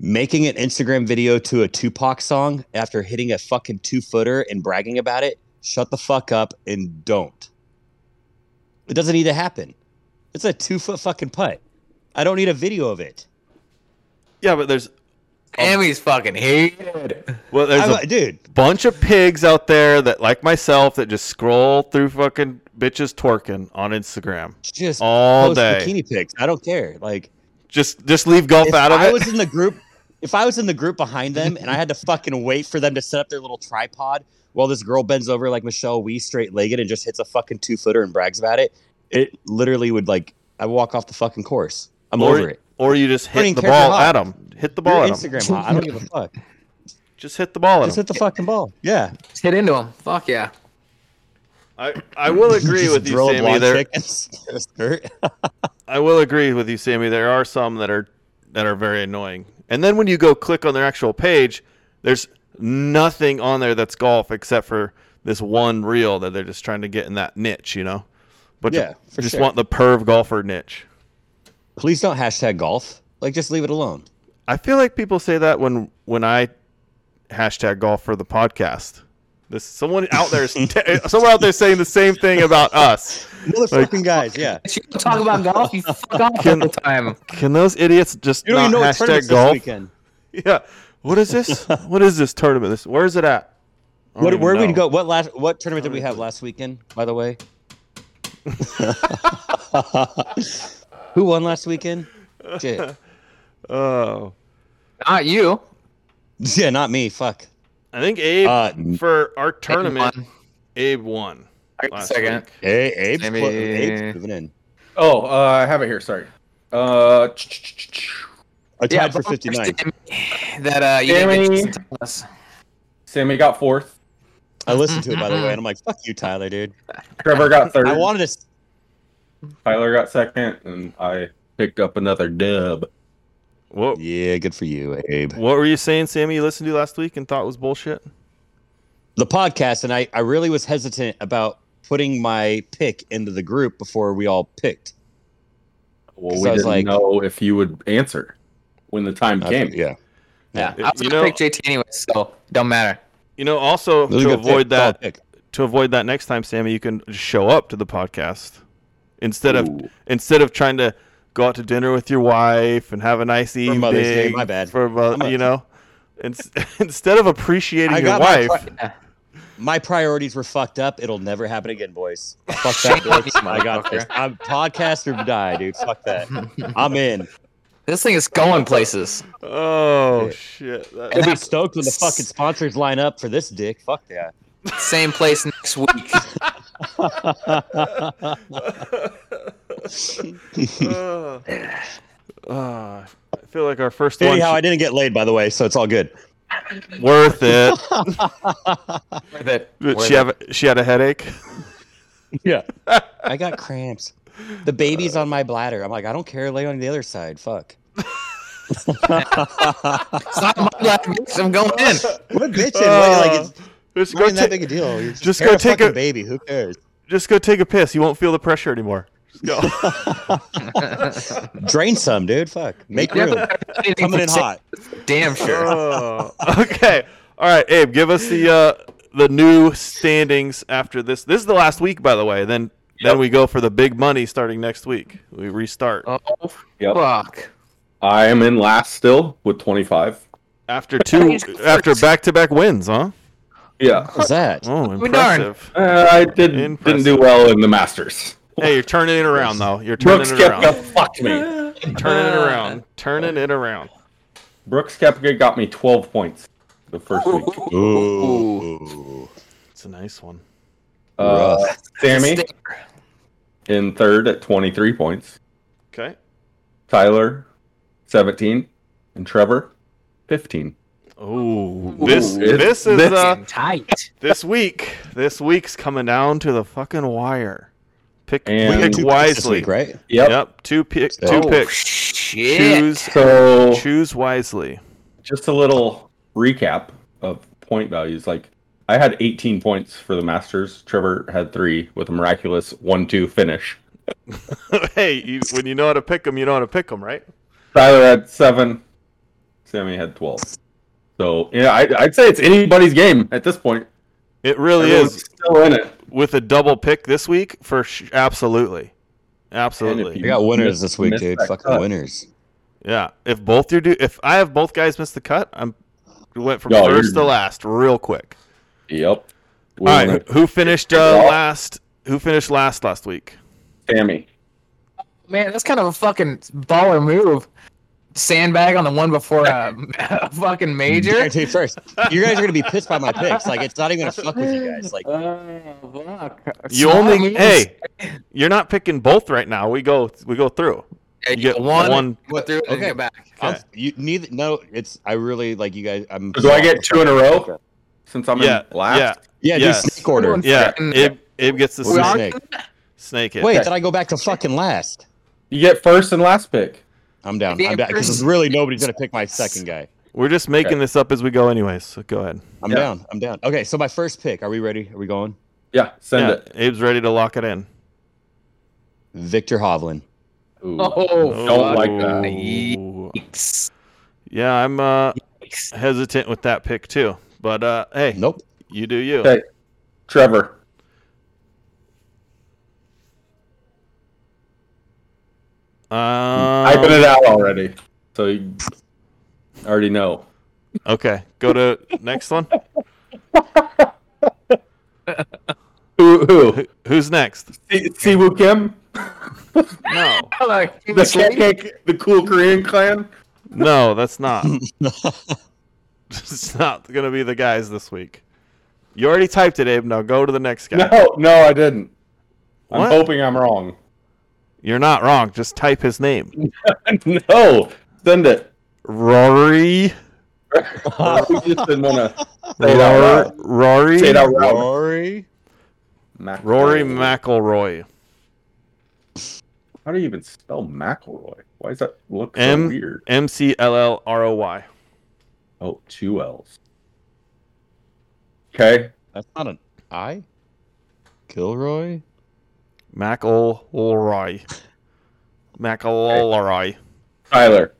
Speaker 6: Making an Instagram video to a Tupac song after hitting a fucking two footer and bragging about it, shut the fuck up and don't. It doesn't need to happen. It's a two foot fucking putt. I don't need a video of it.
Speaker 4: Yeah, but there's
Speaker 3: Sammy's fucking hated.
Speaker 4: well, there's
Speaker 6: I'm
Speaker 4: a
Speaker 6: like, dude,
Speaker 4: bunch of pigs out there that like myself that just scroll through fucking bitches twerking on Instagram.
Speaker 6: just
Speaker 4: All
Speaker 6: post
Speaker 4: day.
Speaker 6: bikini pics. I don't care. Like
Speaker 4: Just just leave golf
Speaker 6: if
Speaker 4: out of
Speaker 6: I
Speaker 4: it.
Speaker 6: was in the group, if I was in the group behind them and I had to fucking wait for them to set up their little tripod while this girl bends over like Michelle Wee straight legged and just hits a fucking two footer and brags about it, it literally would like I walk off the fucking course. I'm
Speaker 4: or,
Speaker 6: over it.
Speaker 4: Or you just hit
Speaker 6: Running
Speaker 4: the
Speaker 6: character
Speaker 4: ball
Speaker 6: hot.
Speaker 4: at him. Hit the
Speaker 6: Your
Speaker 4: ball at him.
Speaker 6: Instagram, hot. I don't give a fuck.
Speaker 4: Just hit the ball at
Speaker 6: Just
Speaker 4: him.
Speaker 6: hit the fucking ball. Yeah,
Speaker 3: Just hit into him. Fuck yeah.
Speaker 4: I, I
Speaker 6: *laughs*
Speaker 4: will agree
Speaker 6: Just
Speaker 4: with you,
Speaker 6: drill a
Speaker 4: Sammy.
Speaker 6: blonde
Speaker 4: There,
Speaker 6: chick *laughs* in a skirt.
Speaker 4: I will agree with you, Sammy. There are some that are that are very annoying. And then when you go click on their actual page, there's nothing on there that's golf except for this one reel that they're just trying to get in that niche, you know. But
Speaker 6: Yeah,
Speaker 4: you
Speaker 6: for
Speaker 4: just
Speaker 6: sure.
Speaker 4: want the perv golfer niche.
Speaker 6: Please don't hashtag golf. Like just leave it alone.
Speaker 4: I feel like people say that when when I hashtag golf for the podcast. This
Speaker 6: *laughs*
Speaker 4: someone out there is someone out there saying the same thing about us.
Speaker 6: Motherfucking guys, yeah.
Speaker 3: You don't talk about golf. *laughs* You fuck off all the time.
Speaker 4: Can those idiots just
Speaker 6: You
Speaker 4: not
Speaker 6: don't even know what
Speaker 4: hashtag
Speaker 6: tournament's this
Speaker 4: golf?
Speaker 6: weekend.
Speaker 4: Yeah. What is this?
Speaker 6: *laughs*
Speaker 4: what is this tournament? This where is it at? I don't
Speaker 6: What,
Speaker 4: even
Speaker 6: where did we
Speaker 4: know.
Speaker 6: go? What last? What tournament did we have last weekend? By the *laughs* way, who won last weekend? *laughs* Shit.
Speaker 4: Oh,
Speaker 3: Not you.
Speaker 6: Yeah, not me. Fuck.
Speaker 4: I think Abe
Speaker 6: Uh,
Speaker 4: for our tournament.
Speaker 3: One.
Speaker 4: Abe won. last
Speaker 3: Second.
Speaker 4: week.
Speaker 6: Hey, Abe's,
Speaker 3: Maybe-
Speaker 6: put- Abe's moving in.
Speaker 7: Oh, uh, I have it here. Sorry. Uh, ch- ch- ch- ch-
Speaker 6: I tied
Speaker 3: Yeah,
Speaker 6: for
Speaker 3: but
Speaker 6: fifty *laughs* nine.
Speaker 3: Sammy, That uh, you didn't
Speaker 7: Sammy.
Speaker 3: get to tell us.
Speaker 7: Sammy got fourth.
Speaker 6: I listened to it by the way, and I'm like, "Fuck you, Tyler, dude."
Speaker 4: *laughs*
Speaker 7: Trevor got third.
Speaker 6: I wanted to. s-
Speaker 7: Tyler got second, and I picked up another dub.
Speaker 4: What
Speaker 6: Yeah, good for you, Abe.
Speaker 4: What were you saying, Sammy? You listened to last week and thought was bullshit.
Speaker 6: The podcast, and I, I really was hesitant about putting my pick into the group before we all picked.
Speaker 7: Well,
Speaker 6: 'Cause
Speaker 7: we
Speaker 6: I was
Speaker 7: didn't
Speaker 6: like-
Speaker 7: know if you would answer when the time
Speaker 6: I-
Speaker 7: came.
Speaker 6: yeah.
Speaker 3: Yeah.
Speaker 4: Yeah.
Speaker 3: I was going
Speaker 4: You
Speaker 3: to
Speaker 4: know-
Speaker 3: pick JT anyway, so don't matter.
Speaker 4: You know, also
Speaker 6: Really
Speaker 4: to
Speaker 6: good pick.
Speaker 4: avoid
Speaker 6: Solid
Speaker 4: that,
Speaker 6: pick.
Speaker 4: to avoid that next time, Sammy, you can just show up to the podcast instead of
Speaker 7: Ooh.
Speaker 4: instead of trying to go out to dinner with your wife and have a nice evening.
Speaker 6: Mother's Day, my bad.
Speaker 4: For
Speaker 6: I'm
Speaker 4: mo-
Speaker 6: a-
Speaker 4: you know, Ins- *laughs* instead of appreciating
Speaker 6: I
Speaker 4: your
Speaker 6: got my
Speaker 4: wife,
Speaker 6: pri- my priorities were fucked up. It'll never happen
Speaker 4: *laughs*
Speaker 6: again, boys. Fuck that, bitch. I got this. I'm podcast or die, dude. Fuck
Speaker 4: *laughs*
Speaker 6: that. I'm in.
Speaker 3: This thing is going places.
Speaker 4: oh shit! That-
Speaker 6: I'll be stoked when the fucking sponsors line up for this dick. Fuck that.
Speaker 3: Same place next
Speaker 4: *laughs*
Speaker 3: week.
Speaker 4: uh, uh, I feel like our first one
Speaker 6: Anyhow, I didn't get laid, by the way, so it's all good.
Speaker 4: should- worth
Speaker 6: *laughs*
Speaker 4: it.
Speaker 3: that,
Speaker 4: But she have she had a headache.
Speaker 6: Yeah. I got cramps. The baby's on my bladder. I'm like, I don't care. Lay on the other side. Fuck.
Speaker 3: it's not my black bitch. I'm going
Speaker 4: *laughs*
Speaker 3: in.
Speaker 6: What bitching?
Speaker 4: Uh,
Speaker 6: like, it's
Speaker 4: just
Speaker 6: not
Speaker 4: go
Speaker 6: even
Speaker 4: ta-
Speaker 6: that big a deal. You just
Speaker 4: just
Speaker 6: carry
Speaker 4: go
Speaker 6: a
Speaker 4: take
Speaker 6: fucking
Speaker 4: a-
Speaker 6: baby. Who cares?
Speaker 4: just go take a piss. You won't feel the pressure anymore. Just go.
Speaker 6: Drain some, dude. Fuck. Make room. Coming in hot.
Speaker 3: Damn sure.
Speaker 4: Oh, *laughs* okay. All right, Abe, give us the uh, the new standings after this. This is the last week, by the way. Then then we go for the big money starting next week. We restart
Speaker 3: Oh,
Speaker 7: Yep.
Speaker 3: fuck.
Speaker 7: I am in last still with 25.
Speaker 4: after two *laughs* after back to back wins, huh?
Speaker 7: Yeah.
Speaker 6: What's that?
Speaker 4: Oh,
Speaker 3: We darn.
Speaker 4: impressive.
Speaker 7: Uh, I did, didn't
Speaker 4: Impressive.
Speaker 7: do well in the Masters.
Speaker 4: Hey, you're turning it around though. You're turning
Speaker 7: Brooks
Speaker 4: it around.
Speaker 7: Kepka fucked me.
Speaker 4: Turning it around. Turning it around.
Speaker 7: Brooks Kepka got me 12 points the first week.
Speaker 6: Ooh.
Speaker 4: It's a nice one.
Speaker 7: Uh, Sammy
Speaker 3: Stick-
Speaker 7: in third at 23 points.
Speaker 4: Okay.
Speaker 7: Tyler, 17. And Trevor, 15.
Speaker 4: Oh, this
Speaker 7: it's-
Speaker 4: this is
Speaker 7: this-
Speaker 4: uh,
Speaker 3: tight.
Speaker 4: this week. This week's coming down to the fucking wire. Pick,
Speaker 7: And- We
Speaker 6: We
Speaker 7: got
Speaker 6: got
Speaker 4: pick
Speaker 6: two picks this
Speaker 4: wisely.
Speaker 6: week, right?
Speaker 7: Yep.
Speaker 4: Yep, two pick, two
Speaker 6: Oh,
Speaker 4: picks.
Speaker 3: Shit.
Speaker 4: Choose
Speaker 7: So
Speaker 4: choose wisely. *laughs*
Speaker 7: just a little recap of point values. Like I had 18 points for the Masters. Trevor had three with a miraculous one-two finish.
Speaker 4: hey, you, when you know how to pick them, you know how to pick them, right?
Speaker 7: Tyler had seven. Sammy had 12. So yeah, I, I'd say it's anybody's game at this point.
Speaker 4: It really
Speaker 7: Everyone's
Speaker 4: is.
Speaker 7: still in it.
Speaker 4: With a double pick this week, for sh- absolutely,
Speaker 7: And if
Speaker 4: absolutely,
Speaker 6: We got winners this week,
Speaker 7: Missed
Speaker 6: dude.
Speaker 7: that
Speaker 6: Fucking
Speaker 7: cut.
Speaker 6: winners.
Speaker 4: yeah. If both your do, if I have both guys miss the cut, I'm we went from
Speaker 7: No,
Speaker 4: first
Speaker 7: you're-
Speaker 4: to last real quick.
Speaker 7: Yep. We
Speaker 4: All right,
Speaker 7: won it.
Speaker 4: who- who finished uh,
Speaker 7: Well-
Speaker 4: last? Who finished last last week?
Speaker 7: Sammy.
Speaker 3: Man, that's kind of a fucking baller move. Sandbag on the one before uh, *laughs* fucking major.
Speaker 6: Guaranteed first. You guys are gonna be pissed by my picks. Like it's not even gonna fuck with you guys. Like
Speaker 4: You only hey, you're not picking both right now. We go we go through. You get
Speaker 3: one,
Speaker 4: one.
Speaker 3: go through, and
Speaker 6: Okay.
Speaker 3: get back.
Speaker 6: I'm, you neither. No, it's. I really like you guys. I'm.
Speaker 7: So do I get two in a row since I'm
Speaker 4: Yeah,
Speaker 7: in last?
Speaker 4: yeah,
Speaker 6: Yeah,
Speaker 4: Yes.
Speaker 6: do snake order.
Speaker 7: *laughs*
Speaker 4: yeah.
Speaker 3: Fucking-
Speaker 4: Abe, Abe gets the
Speaker 6: We'll do
Speaker 4: snake.
Speaker 6: snake.
Speaker 4: snake hit.
Speaker 6: Wait, then I go back to fucking last.
Speaker 7: You get first and last pick.
Speaker 6: I'm down.
Speaker 3: Damn
Speaker 6: I'm down because
Speaker 3: person.
Speaker 6: really nobody's gonna pick my second guy.
Speaker 4: We're just making this up as we go, anyways. So go ahead.
Speaker 6: I'm
Speaker 7: Yeah.
Speaker 6: down. I'm down. Okay, so my first pick. Are we ready? Are we going?
Speaker 7: Yeah, send
Speaker 4: yeah,
Speaker 7: it.
Speaker 4: Abe's ready to lock it in.
Speaker 6: Victor Hovland.
Speaker 7: Ooh.
Speaker 3: Oh,
Speaker 7: Don't like that.
Speaker 4: Ooh.
Speaker 3: fucks.
Speaker 4: Yeah, I'm uh, hesitant with that pick too. But uh, hey,
Speaker 6: Nope.
Speaker 4: you do you.
Speaker 7: Okay. Trevor.
Speaker 4: Um, Um,
Speaker 7: I've it out already. So you already know.
Speaker 4: okay, go to next one.
Speaker 7: Who? who?
Speaker 4: Who's next?
Speaker 7: Si- Siwoo Kim?
Speaker 4: No,
Speaker 3: Like,
Speaker 7: The, K- the cool Korean clan?
Speaker 4: no, that's not. it's not gonna be the guys this week. You already typed it, Abe. Now go to the next guy.
Speaker 7: No, no, I didn't.
Speaker 4: What?
Speaker 7: I'm hoping I'm wrong.
Speaker 4: You're not wrong. Just type his name.
Speaker 7: *laughs* no, send it.
Speaker 4: Rory.
Speaker 7: I just didn't *laughs* want to say it out
Speaker 4: Rory.
Speaker 7: loud.
Speaker 4: Rory.
Speaker 7: Say it out loud.
Speaker 6: Rory.
Speaker 7: Mac-
Speaker 4: Rory McIlroy.
Speaker 7: How do you even spell McElroy? Why does that look so
Speaker 4: M
Speaker 7: weird?
Speaker 4: M C L L R O Y.
Speaker 7: Oh, two L's. Okay.
Speaker 6: That's not an I. Kilroy.
Speaker 4: McElroy. McElroy.
Speaker 7: Tyler.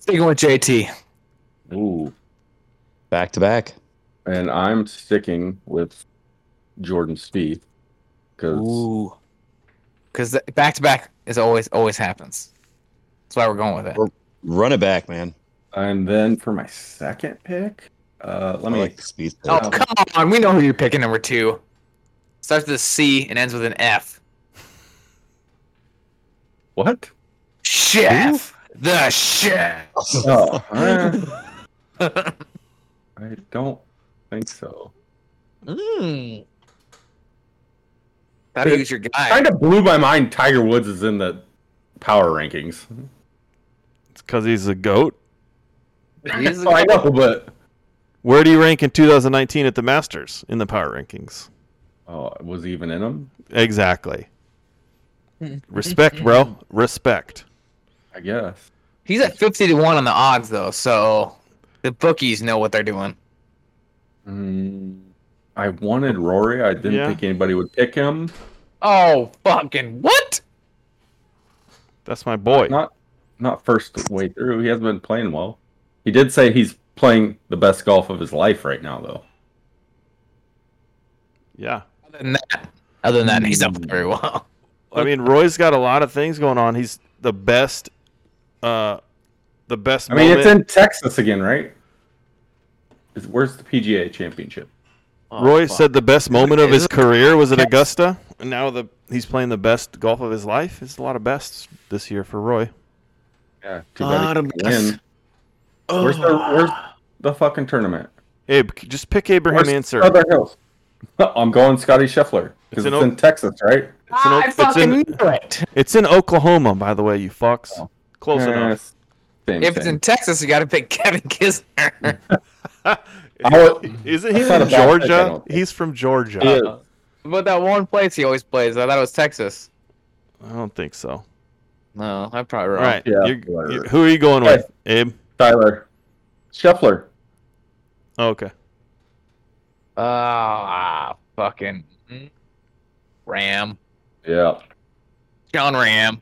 Speaker 3: Sticking with JT.
Speaker 7: Ooh.
Speaker 6: Back to back.
Speaker 7: And I'm sticking with Jordan Spieth because
Speaker 3: because back to back is always always happens. That's why we're going with it.
Speaker 6: Or- Run it back, man.
Speaker 7: And then for my second pick, uh, let
Speaker 6: I
Speaker 7: me.
Speaker 6: like the speed.
Speaker 3: Oh come on, we know who you're picking number two. Starts with a C and ends with an F.
Speaker 7: What?
Speaker 3: Chef, the chef.
Speaker 7: Oh, uh, I don't think so.
Speaker 3: Mm. Gotta use your guy.
Speaker 7: Kind of blew my mind. Tiger Woods is in the power rankings.
Speaker 4: It's because he's a goat.
Speaker 3: He's
Speaker 7: Oh, I know, but
Speaker 4: Where do you rank in 2019 at the Masters in the power rankings?
Speaker 7: oh, was he even in them?
Speaker 3: *laughs*
Speaker 4: Exactly. Respect, bro. Respect.
Speaker 7: I guess.
Speaker 3: he's at fifty to one on the odds though, so the bookies know what they're doing.
Speaker 7: Mm, I wanted Rory. I didn't
Speaker 4: Yeah.
Speaker 7: think anybody would pick him.
Speaker 3: Oh fucking what?
Speaker 4: That's my boy.
Speaker 7: Not, not first way through. He hasn't been playing well. He did say he's playing the best golf of his life right now, though.
Speaker 4: Yeah.
Speaker 3: Other than that, other than that, he's not playing very well.
Speaker 4: I mean, Roy's got a lot of things going on. He's the best. Uh, the best.
Speaker 7: I mean, it's
Speaker 4: moment-
Speaker 7: in Texas again, right? Is where's the PGA Championship?
Speaker 4: Roy said the best moment of
Speaker 3: Oh, Is
Speaker 4: his career was at Augusta, and now the he's playing the best golf of his life. It's a lot of bests this year for Roy.
Speaker 7: Yeah, too bad he can't win. Where's the where's the fucking tournament?
Speaker 4: Abe, c- just pick Abraham
Speaker 7: Where's
Speaker 4: Answer.
Speaker 7: Southern Hills? *laughs* I'm going Scotty Scheffler
Speaker 4: It's
Speaker 7: because it's,
Speaker 4: an
Speaker 7: in
Speaker 4: op-
Speaker 7: Texas, right?
Speaker 4: It's in, O- it's in-
Speaker 3: knew it.
Speaker 4: it's in Oklahoma, by the way, you fucks.
Speaker 7: Oh.
Speaker 4: Close
Speaker 7: Eh,
Speaker 4: enough. *laughs*
Speaker 7: same
Speaker 3: If it's
Speaker 7: thing.
Speaker 3: in Texas, you gotta pick Kevin Kisner.
Speaker 7: I'll-
Speaker 4: Isn't he
Speaker 7: That's not
Speaker 4: from
Speaker 7: a bad pick, I
Speaker 4: Georgia?
Speaker 7: don't think.
Speaker 4: He's from Georgia.
Speaker 7: He is.
Speaker 3: but that one place he always plays, I thought it was Texas.
Speaker 4: I don't think so.
Speaker 3: No, I'm probably wrong.
Speaker 4: All right.
Speaker 7: Yeah,
Speaker 4: you're-
Speaker 7: whatever.
Speaker 4: you're- who are you going
Speaker 7: Okay.
Speaker 4: with, Abe?
Speaker 7: Tyler Scheffler.
Speaker 4: Oh, okay.
Speaker 3: Oh, ah, fucking Ram,
Speaker 7: Yeah.
Speaker 3: John Ram.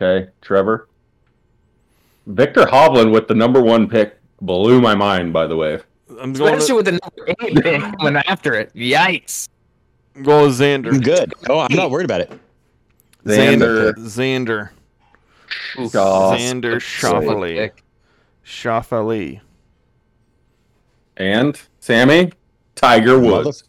Speaker 7: Okay, Trevor. Victor Hovland with the number one pick blew my mind. By the way,
Speaker 4: I'm going
Speaker 3: Especially
Speaker 4: to,
Speaker 3: with the number *laughs* eight pick coming after it. Yikes.
Speaker 4: I'm going with Xander.
Speaker 6: I'm good. Oh, I'm not worried about it.
Speaker 4: Xander.
Speaker 7: Xander.
Speaker 4: Xander.
Speaker 3: Oof.
Speaker 7: Gosh.
Speaker 4: Xander
Speaker 3: Fuck
Speaker 4: Shoffley.
Speaker 3: pick.
Speaker 4: Shoffley.
Speaker 7: and Sammy Tiger Woods.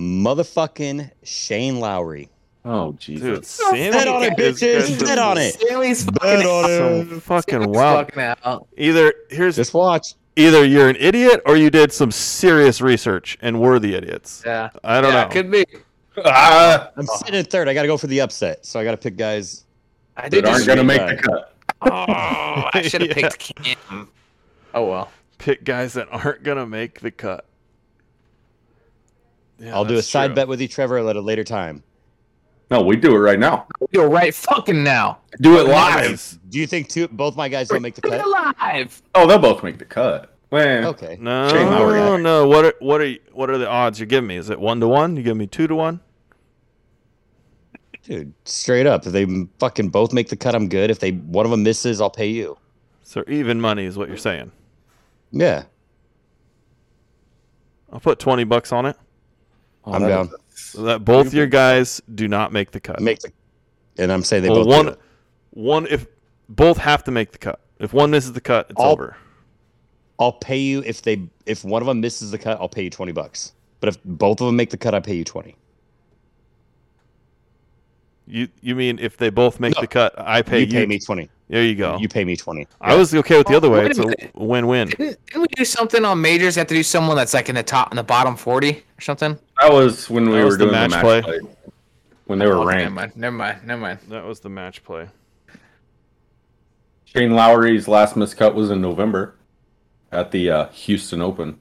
Speaker 6: Motherf- motherfucking Shane Lowry.
Speaker 7: Oh
Speaker 4: Dude,
Speaker 7: Jesus!
Speaker 4: Sammy
Speaker 6: bet on it,
Speaker 4: is
Speaker 6: bitches.
Speaker 4: good
Speaker 6: Bet on it.
Speaker 3: Stanley's fucking
Speaker 4: So fucking wow.
Speaker 3: Fucking out.
Speaker 4: Either here's
Speaker 6: Just watch.
Speaker 4: either you're an idiot or you did some serious research and were the idiots.
Speaker 3: Yeah.
Speaker 4: I don't
Speaker 3: yeah,
Speaker 4: know. *laughs*
Speaker 3: Could be.
Speaker 7: Ah,
Speaker 6: I'm sitting in third. I got to go for the upset. So I got to pick guys.
Speaker 3: I
Speaker 7: that
Speaker 3: did just,
Speaker 7: aren't gonna
Speaker 6: read
Speaker 7: make
Speaker 6: that.
Speaker 7: the cut.
Speaker 3: oh,
Speaker 4: *laughs*
Speaker 3: I should have
Speaker 4: Yeah.
Speaker 3: picked Cam. Oh well.
Speaker 4: Pick guys that aren't gonna make the cut. Yeah,
Speaker 6: I'll do a
Speaker 4: that's
Speaker 6: side
Speaker 4: true.
Speaker 6: bet with you, Trevor, at a later time.
Speaker 7: No, we do it right now.
Speaker 3: You're right fucking now.
Speaker 7: Do it live.
Speaker 4: Nice.
Speaker 6: Do you think two, both my guys don't make the
Speaker 3: Be
Speaker 6: cut?
Speaker 3: alive.
Speaker 7: Oh, they'll both make the cut. Man,
Speaker 6: Okay.
Speaker 4: No,
Speaker 7: Shane Lowry.
Speaker 4: no, no. What are what are you, what are the odds you're giving me? Is it one to one? You give me two to one?
Speaker 6: Dude, straight up. If they fucking both make the cut, I'm good. If they one of them misses, I'll pay you.
Speaker 4: So even money is what you're saying.
Speaker 6: Yeah.
Speaker 4: I'll put twenty bucks on it. Oh,
Speaker 6: I'm down.
Speaker 4: So that both your guys do not make the cut.
Speaker 6: Make the and I'm saying they
Speaker 4: Well,
Speaker 6: both
Speaker 4: one
Speaker 6: do.
Speaker 4: one if both have to make the cut. If one misses the cut, it's
Speaker 6: All-
Speaker 4: over.
Speaker 6: I'll pay you if they if one of them misses the cut, I'll pay you twenty bucks. But if both of them make the cut, I pay you twenty.
Speaker 4: You you mean if they both make
Speaker 6: No.
Speaker 4: the cut, I pay you.
Speaker 6: you pay me twenty.
Speaker 4: There you go.
Speaker 6: You pay me twenty.
Speaker 4: I was okay with the other way.
Speaker 3: Wait a
Speaker 4: It's a
Speaker 3: minute. *laughs*
Speaker 4: win-win.
Speaker 3: Didn't, didn't we do something on majors? You have to do someone that's like in the top and the bottom forty or something?
Speaker 7: that was when we
Speaker 4: That was
Speaker 7: were
Speaker 4: the
Speaker 7: doing
Speaker 4: match
Speaker 7: the
Speaker 4: play.
Speaker 7: match play. When they were
Speaker 3: Okay, Oh, Never
Speaker 7: ranked,
Speaker 3: mind. Never mind. Never mind.
Speaker 4: That was the match play.
Speaker 7: Shane Lowry's last miscut was in November at the uh, Houston Open.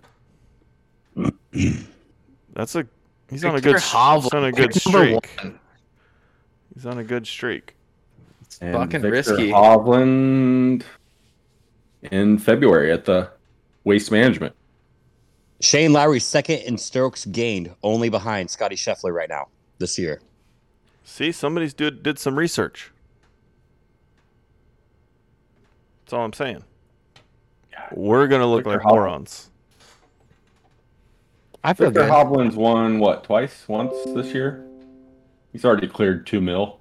Speaker 4: That's a he's
Speaker 3: Victor
Speaker 4: on a good s-
Speaker 3: Hovland,
Speaker 4: he's on a good
Speaker 3: pick number
Speaker 4: streak.
Speaker 3: one.
Speaker 4: He's on a good streak.
Speaker 3: It's
Speaker 7: And
Speaker 3: fucking
Speaker 7: Victor
Speaker 3: risky.
Speaker 7: Hovland in February at the Waste Management.
Speaker 6: Shane Lowry's second in strokes gained, only behind Scotty Scheffler right now this year.
Speaker 4: See, somebody's did did some research. That's all I'm saying. We're gonna look
Speaker 7: Victor
Speaker 4: like
Speaker 7: Hovland.
Speaker 4: morons.
Speaker 3: I feel
Speaker 7: Victor
Speaker 3: good.
Speaker 7: Hovland's won what twice? Once this year? He's already cleared two mil.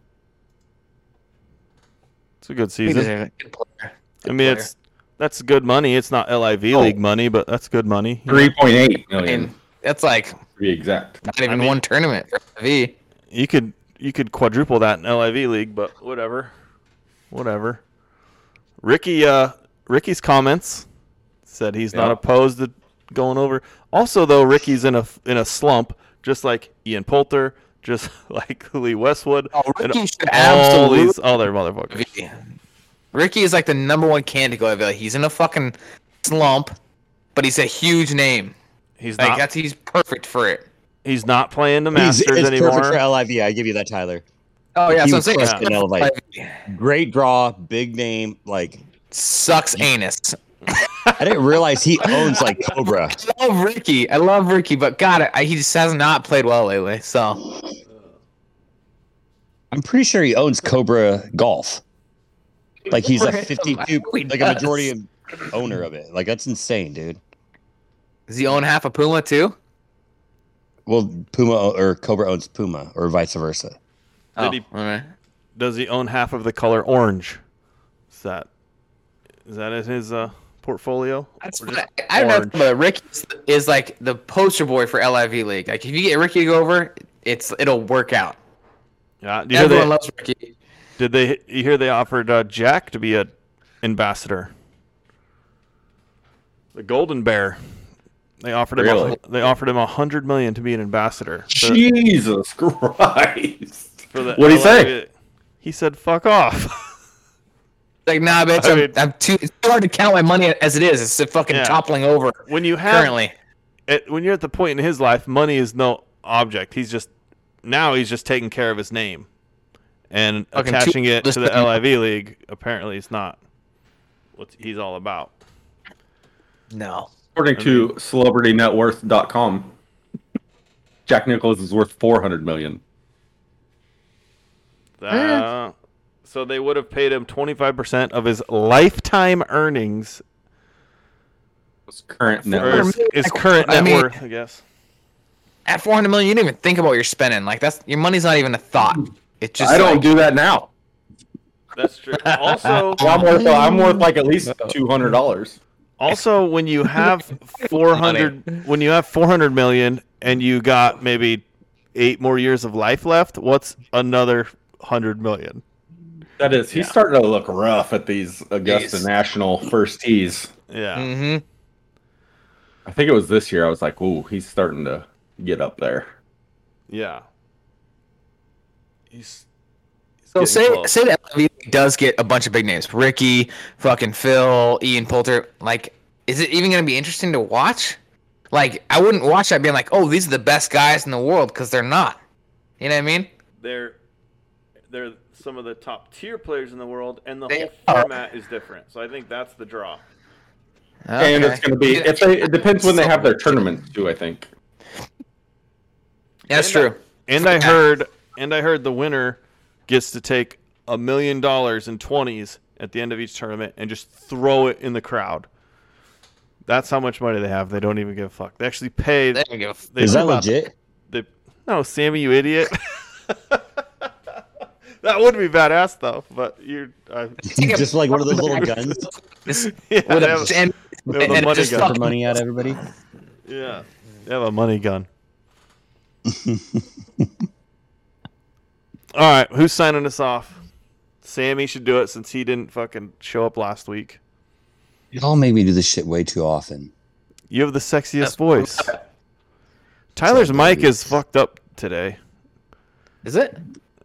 Speaker 4: It's a good
Speaker 3: He
Speaker 4: season.
Speaker 3: deserves it. Good player.
Speaker 4: I mean, it's that's good money. It's not LIV
Speaker 7: Oh.
Speaker 4: league money, but that's good money.
Speaker 7: Three point eight
Speaker 3: I
Speaker 7: million.
Speaker 3: mean, that's like
Speaker 7: to be exact.
Speaker 3: not even
Speaker 4: mean-
Speaker 3: one tournament for V.
Speaker 4: You could you could quadruple that in LIV league, but whatever, whatever. Ricky, uh, Ricky's comments said he's not
Speaker 7: Yeah.
Speaker 4: opposed to going over. Also, though, Ricky's in a in a slump, just like Ian Poulter, *laughs* just like Lee Westwood,
Speaker 3: Oh, Ricky should
Speaker 4: all
Speaker 3: absolutely
Speaker 4: these other motherfuckers.
Speaker 3: V. Ricky is like the number one candidate. I feel like E. he's in a fucking slump, but he's a huge name.
Speaker 4: He's
Speaker 3: Like
Speaker 4: not
Speaker 3: that's he's perfect for it.
Speaker 4: he's not playing the
Speaker 6: He's-
Speaker 4: Masters
Speaker 6: it's
Speaker 4: anymore.
Speaker 6: perfect for LIV. I give you that, Tyler.
Speaker 3: Oh yeah,
Speaker 6: He
Speaker 3: so I'm
Speaker 6: was
Speaker 3: saying
Speaker 6: crushed in LA.
Speaker 3: like,
Speaker 6: Great draw, big name. Like
Speaker 3: sucks anus.
Speaker 6: I didn't realize he owns like Cobra.
Speaker 3: I love Ricky. I love Ricky, but God, I, he just has not played well lately. So
Speaker 6: I'm pretty sure he owns Cobra Golf. Like he's a
Speaker 3: Right. *laughs*
Speaker 6: 52,
Speaker 3: He
Speaker 6: like a
Speaker 3: does.
Speaker 6: majority of owner of it. Like that's insane, dude.
Speaker 3: does he own half a Puma too?
Speaker 6: Well, Puma o- or Cobra owns Puma or vice versa.
Speaker 3: Oh,
Speaker 4: Did he-
Speaker 3: all right.
Speaker 4: Does he own half of the color orange? Is that is that in his uh, portfolio?
Speaker 3: That's
Speaker 4: Or
Speaker 3: what
Speaker 4: just
Speaker 3: I, I don't know,
Speaker 4: orange?
Speaker 3: but Ricky is, is like the poster boy for LIV League. Like if you get Ricky to go over, it's it'll work out.
Speaker 4: Yeah, do you hear
Speaker 3: Everyone
Speaker 4: they,
Speaker 3: loves Ricky.
Speaker 4: did they you hear they offered uh, Jack to be a ambassador? The Golden Bear. They offered him a-
Speaker 7: Really?
Speaker 4: they offered him a hundred million to be an ambassador. for-
Speaker 7: Jesus Christ.
Speaker 4: for the
Speaker 7: What'd he say?
Speaker 4: LIV. He said, "Fuck off." *laughs*
Speaker 3: Like nah, bitch,
Speaker 4: I
Speaker 3: I am
Speaker 4: mean-
Speaker 3: I'm too. It's too hard to count my money as it is. It's fucking
Speaker 4: Yeah.
Speaker 3: toppling over
Speaker 4: when you have
Speaker 3: currently.
Speaker 4: at, when you're at the point in his life, money is no object. He's just now he's just taking care of his name and
Speaker 3: Fucking two-
Speaker 4: attaching it to the
Speaker 3: listen-
Speaker 4: LIV league. Apparently, it's not what he's all about.
Speaker 3: No,
Speaker 7: According to celebritynetworth.com, Jack Nicholas is worth 400 million.
Speaker 4: Uh, so they would have paid him 25% of his lifetime earnings
Speaker 7: What's current net
Speaker 4: or
Speaker 7: worth?
Speaker 4: his, his current
Speaker 3: I
Speaker 4: net
Speaker 3: mean-
Speaker 4: worth, I guess.
Speaker 3: at 400 million, you didn't even think about what you're spending. Like that's your money's not even a thought. It just
Speaker 7: I don't
Speaker 3: like,
Speaker 7: do that now.
Speaker 4: That's true. Also,
Speaker 7: Well, I'm worth, I'm worth like at least $200.
Speaker 4: Also, when you have 400 when you have 400 million and you got maybe 8 more years of life left, what's another 100 million?
Speaker 7: That is, he's starting to look rough at these Augusta
Speaker 3: Jeez.
Speaker 7: National first tees.
Speaker 4: Yeah.
Speaker 3: Mm-hmm.
Speaker 7: I think it was this year. I was like, ooh, he's starting to get up there.
Speaker 4: Yeah. He's, he's
Speaker 3: So
Speaker 4: getting
Speaker 3: say
Speaker 4: close.
Speaker 3: say that LIV does get a bunch of big names, Ricky, fucking Phil, Ian Poulter. Like, is it even gonna be interesting to watch? Like, I wouldn't watch that being like, oh, these are the best guys in the world because they're not. You know what I mean?
Speaker 4: they're they're some of the top tier players in the world and the
Speaker 3: They
Speaker 4: whole
Speaker 3: are.
Speaker 4: format is different. So I think that's the draw.
Speaker 7: And it's
Speaker 3: Okay.
Speaker 7: going to be,
Speaker 3: Yeah,
Speaker 7: if they, it depends when they have their tournament, too, I think.
Speaker 3: that's true.
Speaker 4: And I heard and I heard the winner gets to take a million dollars in 20s at the end of each tournament and just throw it in the crowd. That's how much money they have. They don't even give a fuck. They actually paid
Speaker 3: They don't give a f-
Speaker 4: they
Speaker 6: Is that
Speaker 4: put out-
Speaker 6: legit?
Speaker 4: They, no, Sammy, you idiot. *laughs* that would be badass though, but you're I,
Speaker 3: Take a-
Speaker 6: Just like one of those little guns
Speaker 4: *laughs* yeah,
Speaker 3: with
Speaker 4: they
Speaker 3: a-
Speaker 4: have,
Speaker 3: and-
Speaker 4: they have a
Speaker 3: and
Speaker 4: money
Speaker 3: just
Speaker 4: gun.
Speaker 6: for
Speaker 3: fucking-
Speaker 6: money out of everybody.
Speaker 4: yeah. They have a money gun. All right, who's signing us off? Sammy should do it since he didn't fucking show up last week.
Speaker 6: It all made me do this shit way too often.
Speaker 4: You have the sexiest voice. Tyler's mic is fucked up today.
Speaker 3: Is it?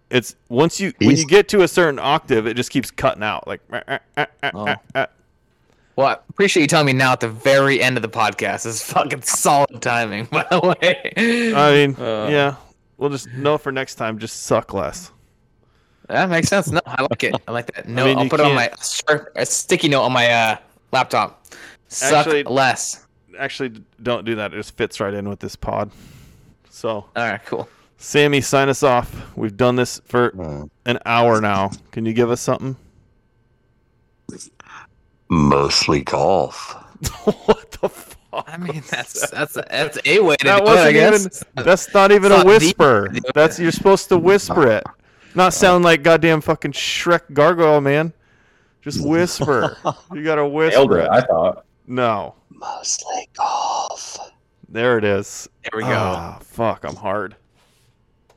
Speaker 4: It's once you when you
Speaker 6: He's-
Speaker 4: get to a certain octave, it just keeps cutting out. Like, "Eh, eh, eh, eh, eh, eh."
Speaker 3: Well, I appreciate you telling me now at the very end of the podcast. This is fucking solid timing, *laughs* by the way.
Speaker 4: I mean, yeah, we'll just know for next time. Just suck less.
Speaker 3: That makes sense. No, I like it. I like that. No, I
Speaker 4: mean,
Speaker 3: will
Speaker 4: you
Speaker 3: put it on my
Speaker 4: can't-
Speaker 3: a sharp, a sticky note on my uh, laptop. Suck
Speaker 4: Actually-
Speaker 3: less.
Speaker 4: Actually, d- don't do that. It just fits right in with this pod. So,
Speaker 3: All right, cool.
Speaker 4: Sammy, sign us off. We've done this for
Speaker 6: Uh,
Speaker 4: an hour now. Can you give us something?
Speaker 6: Mostly golf.
Speaker 4: *laughs* what the fuck?
Speaker 3: I *laughs* mean, that's that's that's a way to
Speaker 4: That
Speaker 3: do it, I
Speaker 4: wasn't
Speaker 3: guess.
Speaker 4: even. That's not even
Speaker 3: It's not
Speaker 4: a
Speaker 3: the- *laughs*
Speaker 4: whisper. That's you're supposed to whisper it, not sound like goddamn fucking Shrek gargoyle man. Just whisper. you gotta
Speaker 7: Nailed
Speaker 4: whisper
Speaker 7: it,
Speaker 4: it.
Speaker 7: I thought.
Speaker 4: No,
Speaker 6: Mostly golf.
Speaker 4: there it is.
Speaker 3: there we go.
Speaker 4: Ah, fuck, I'm hard.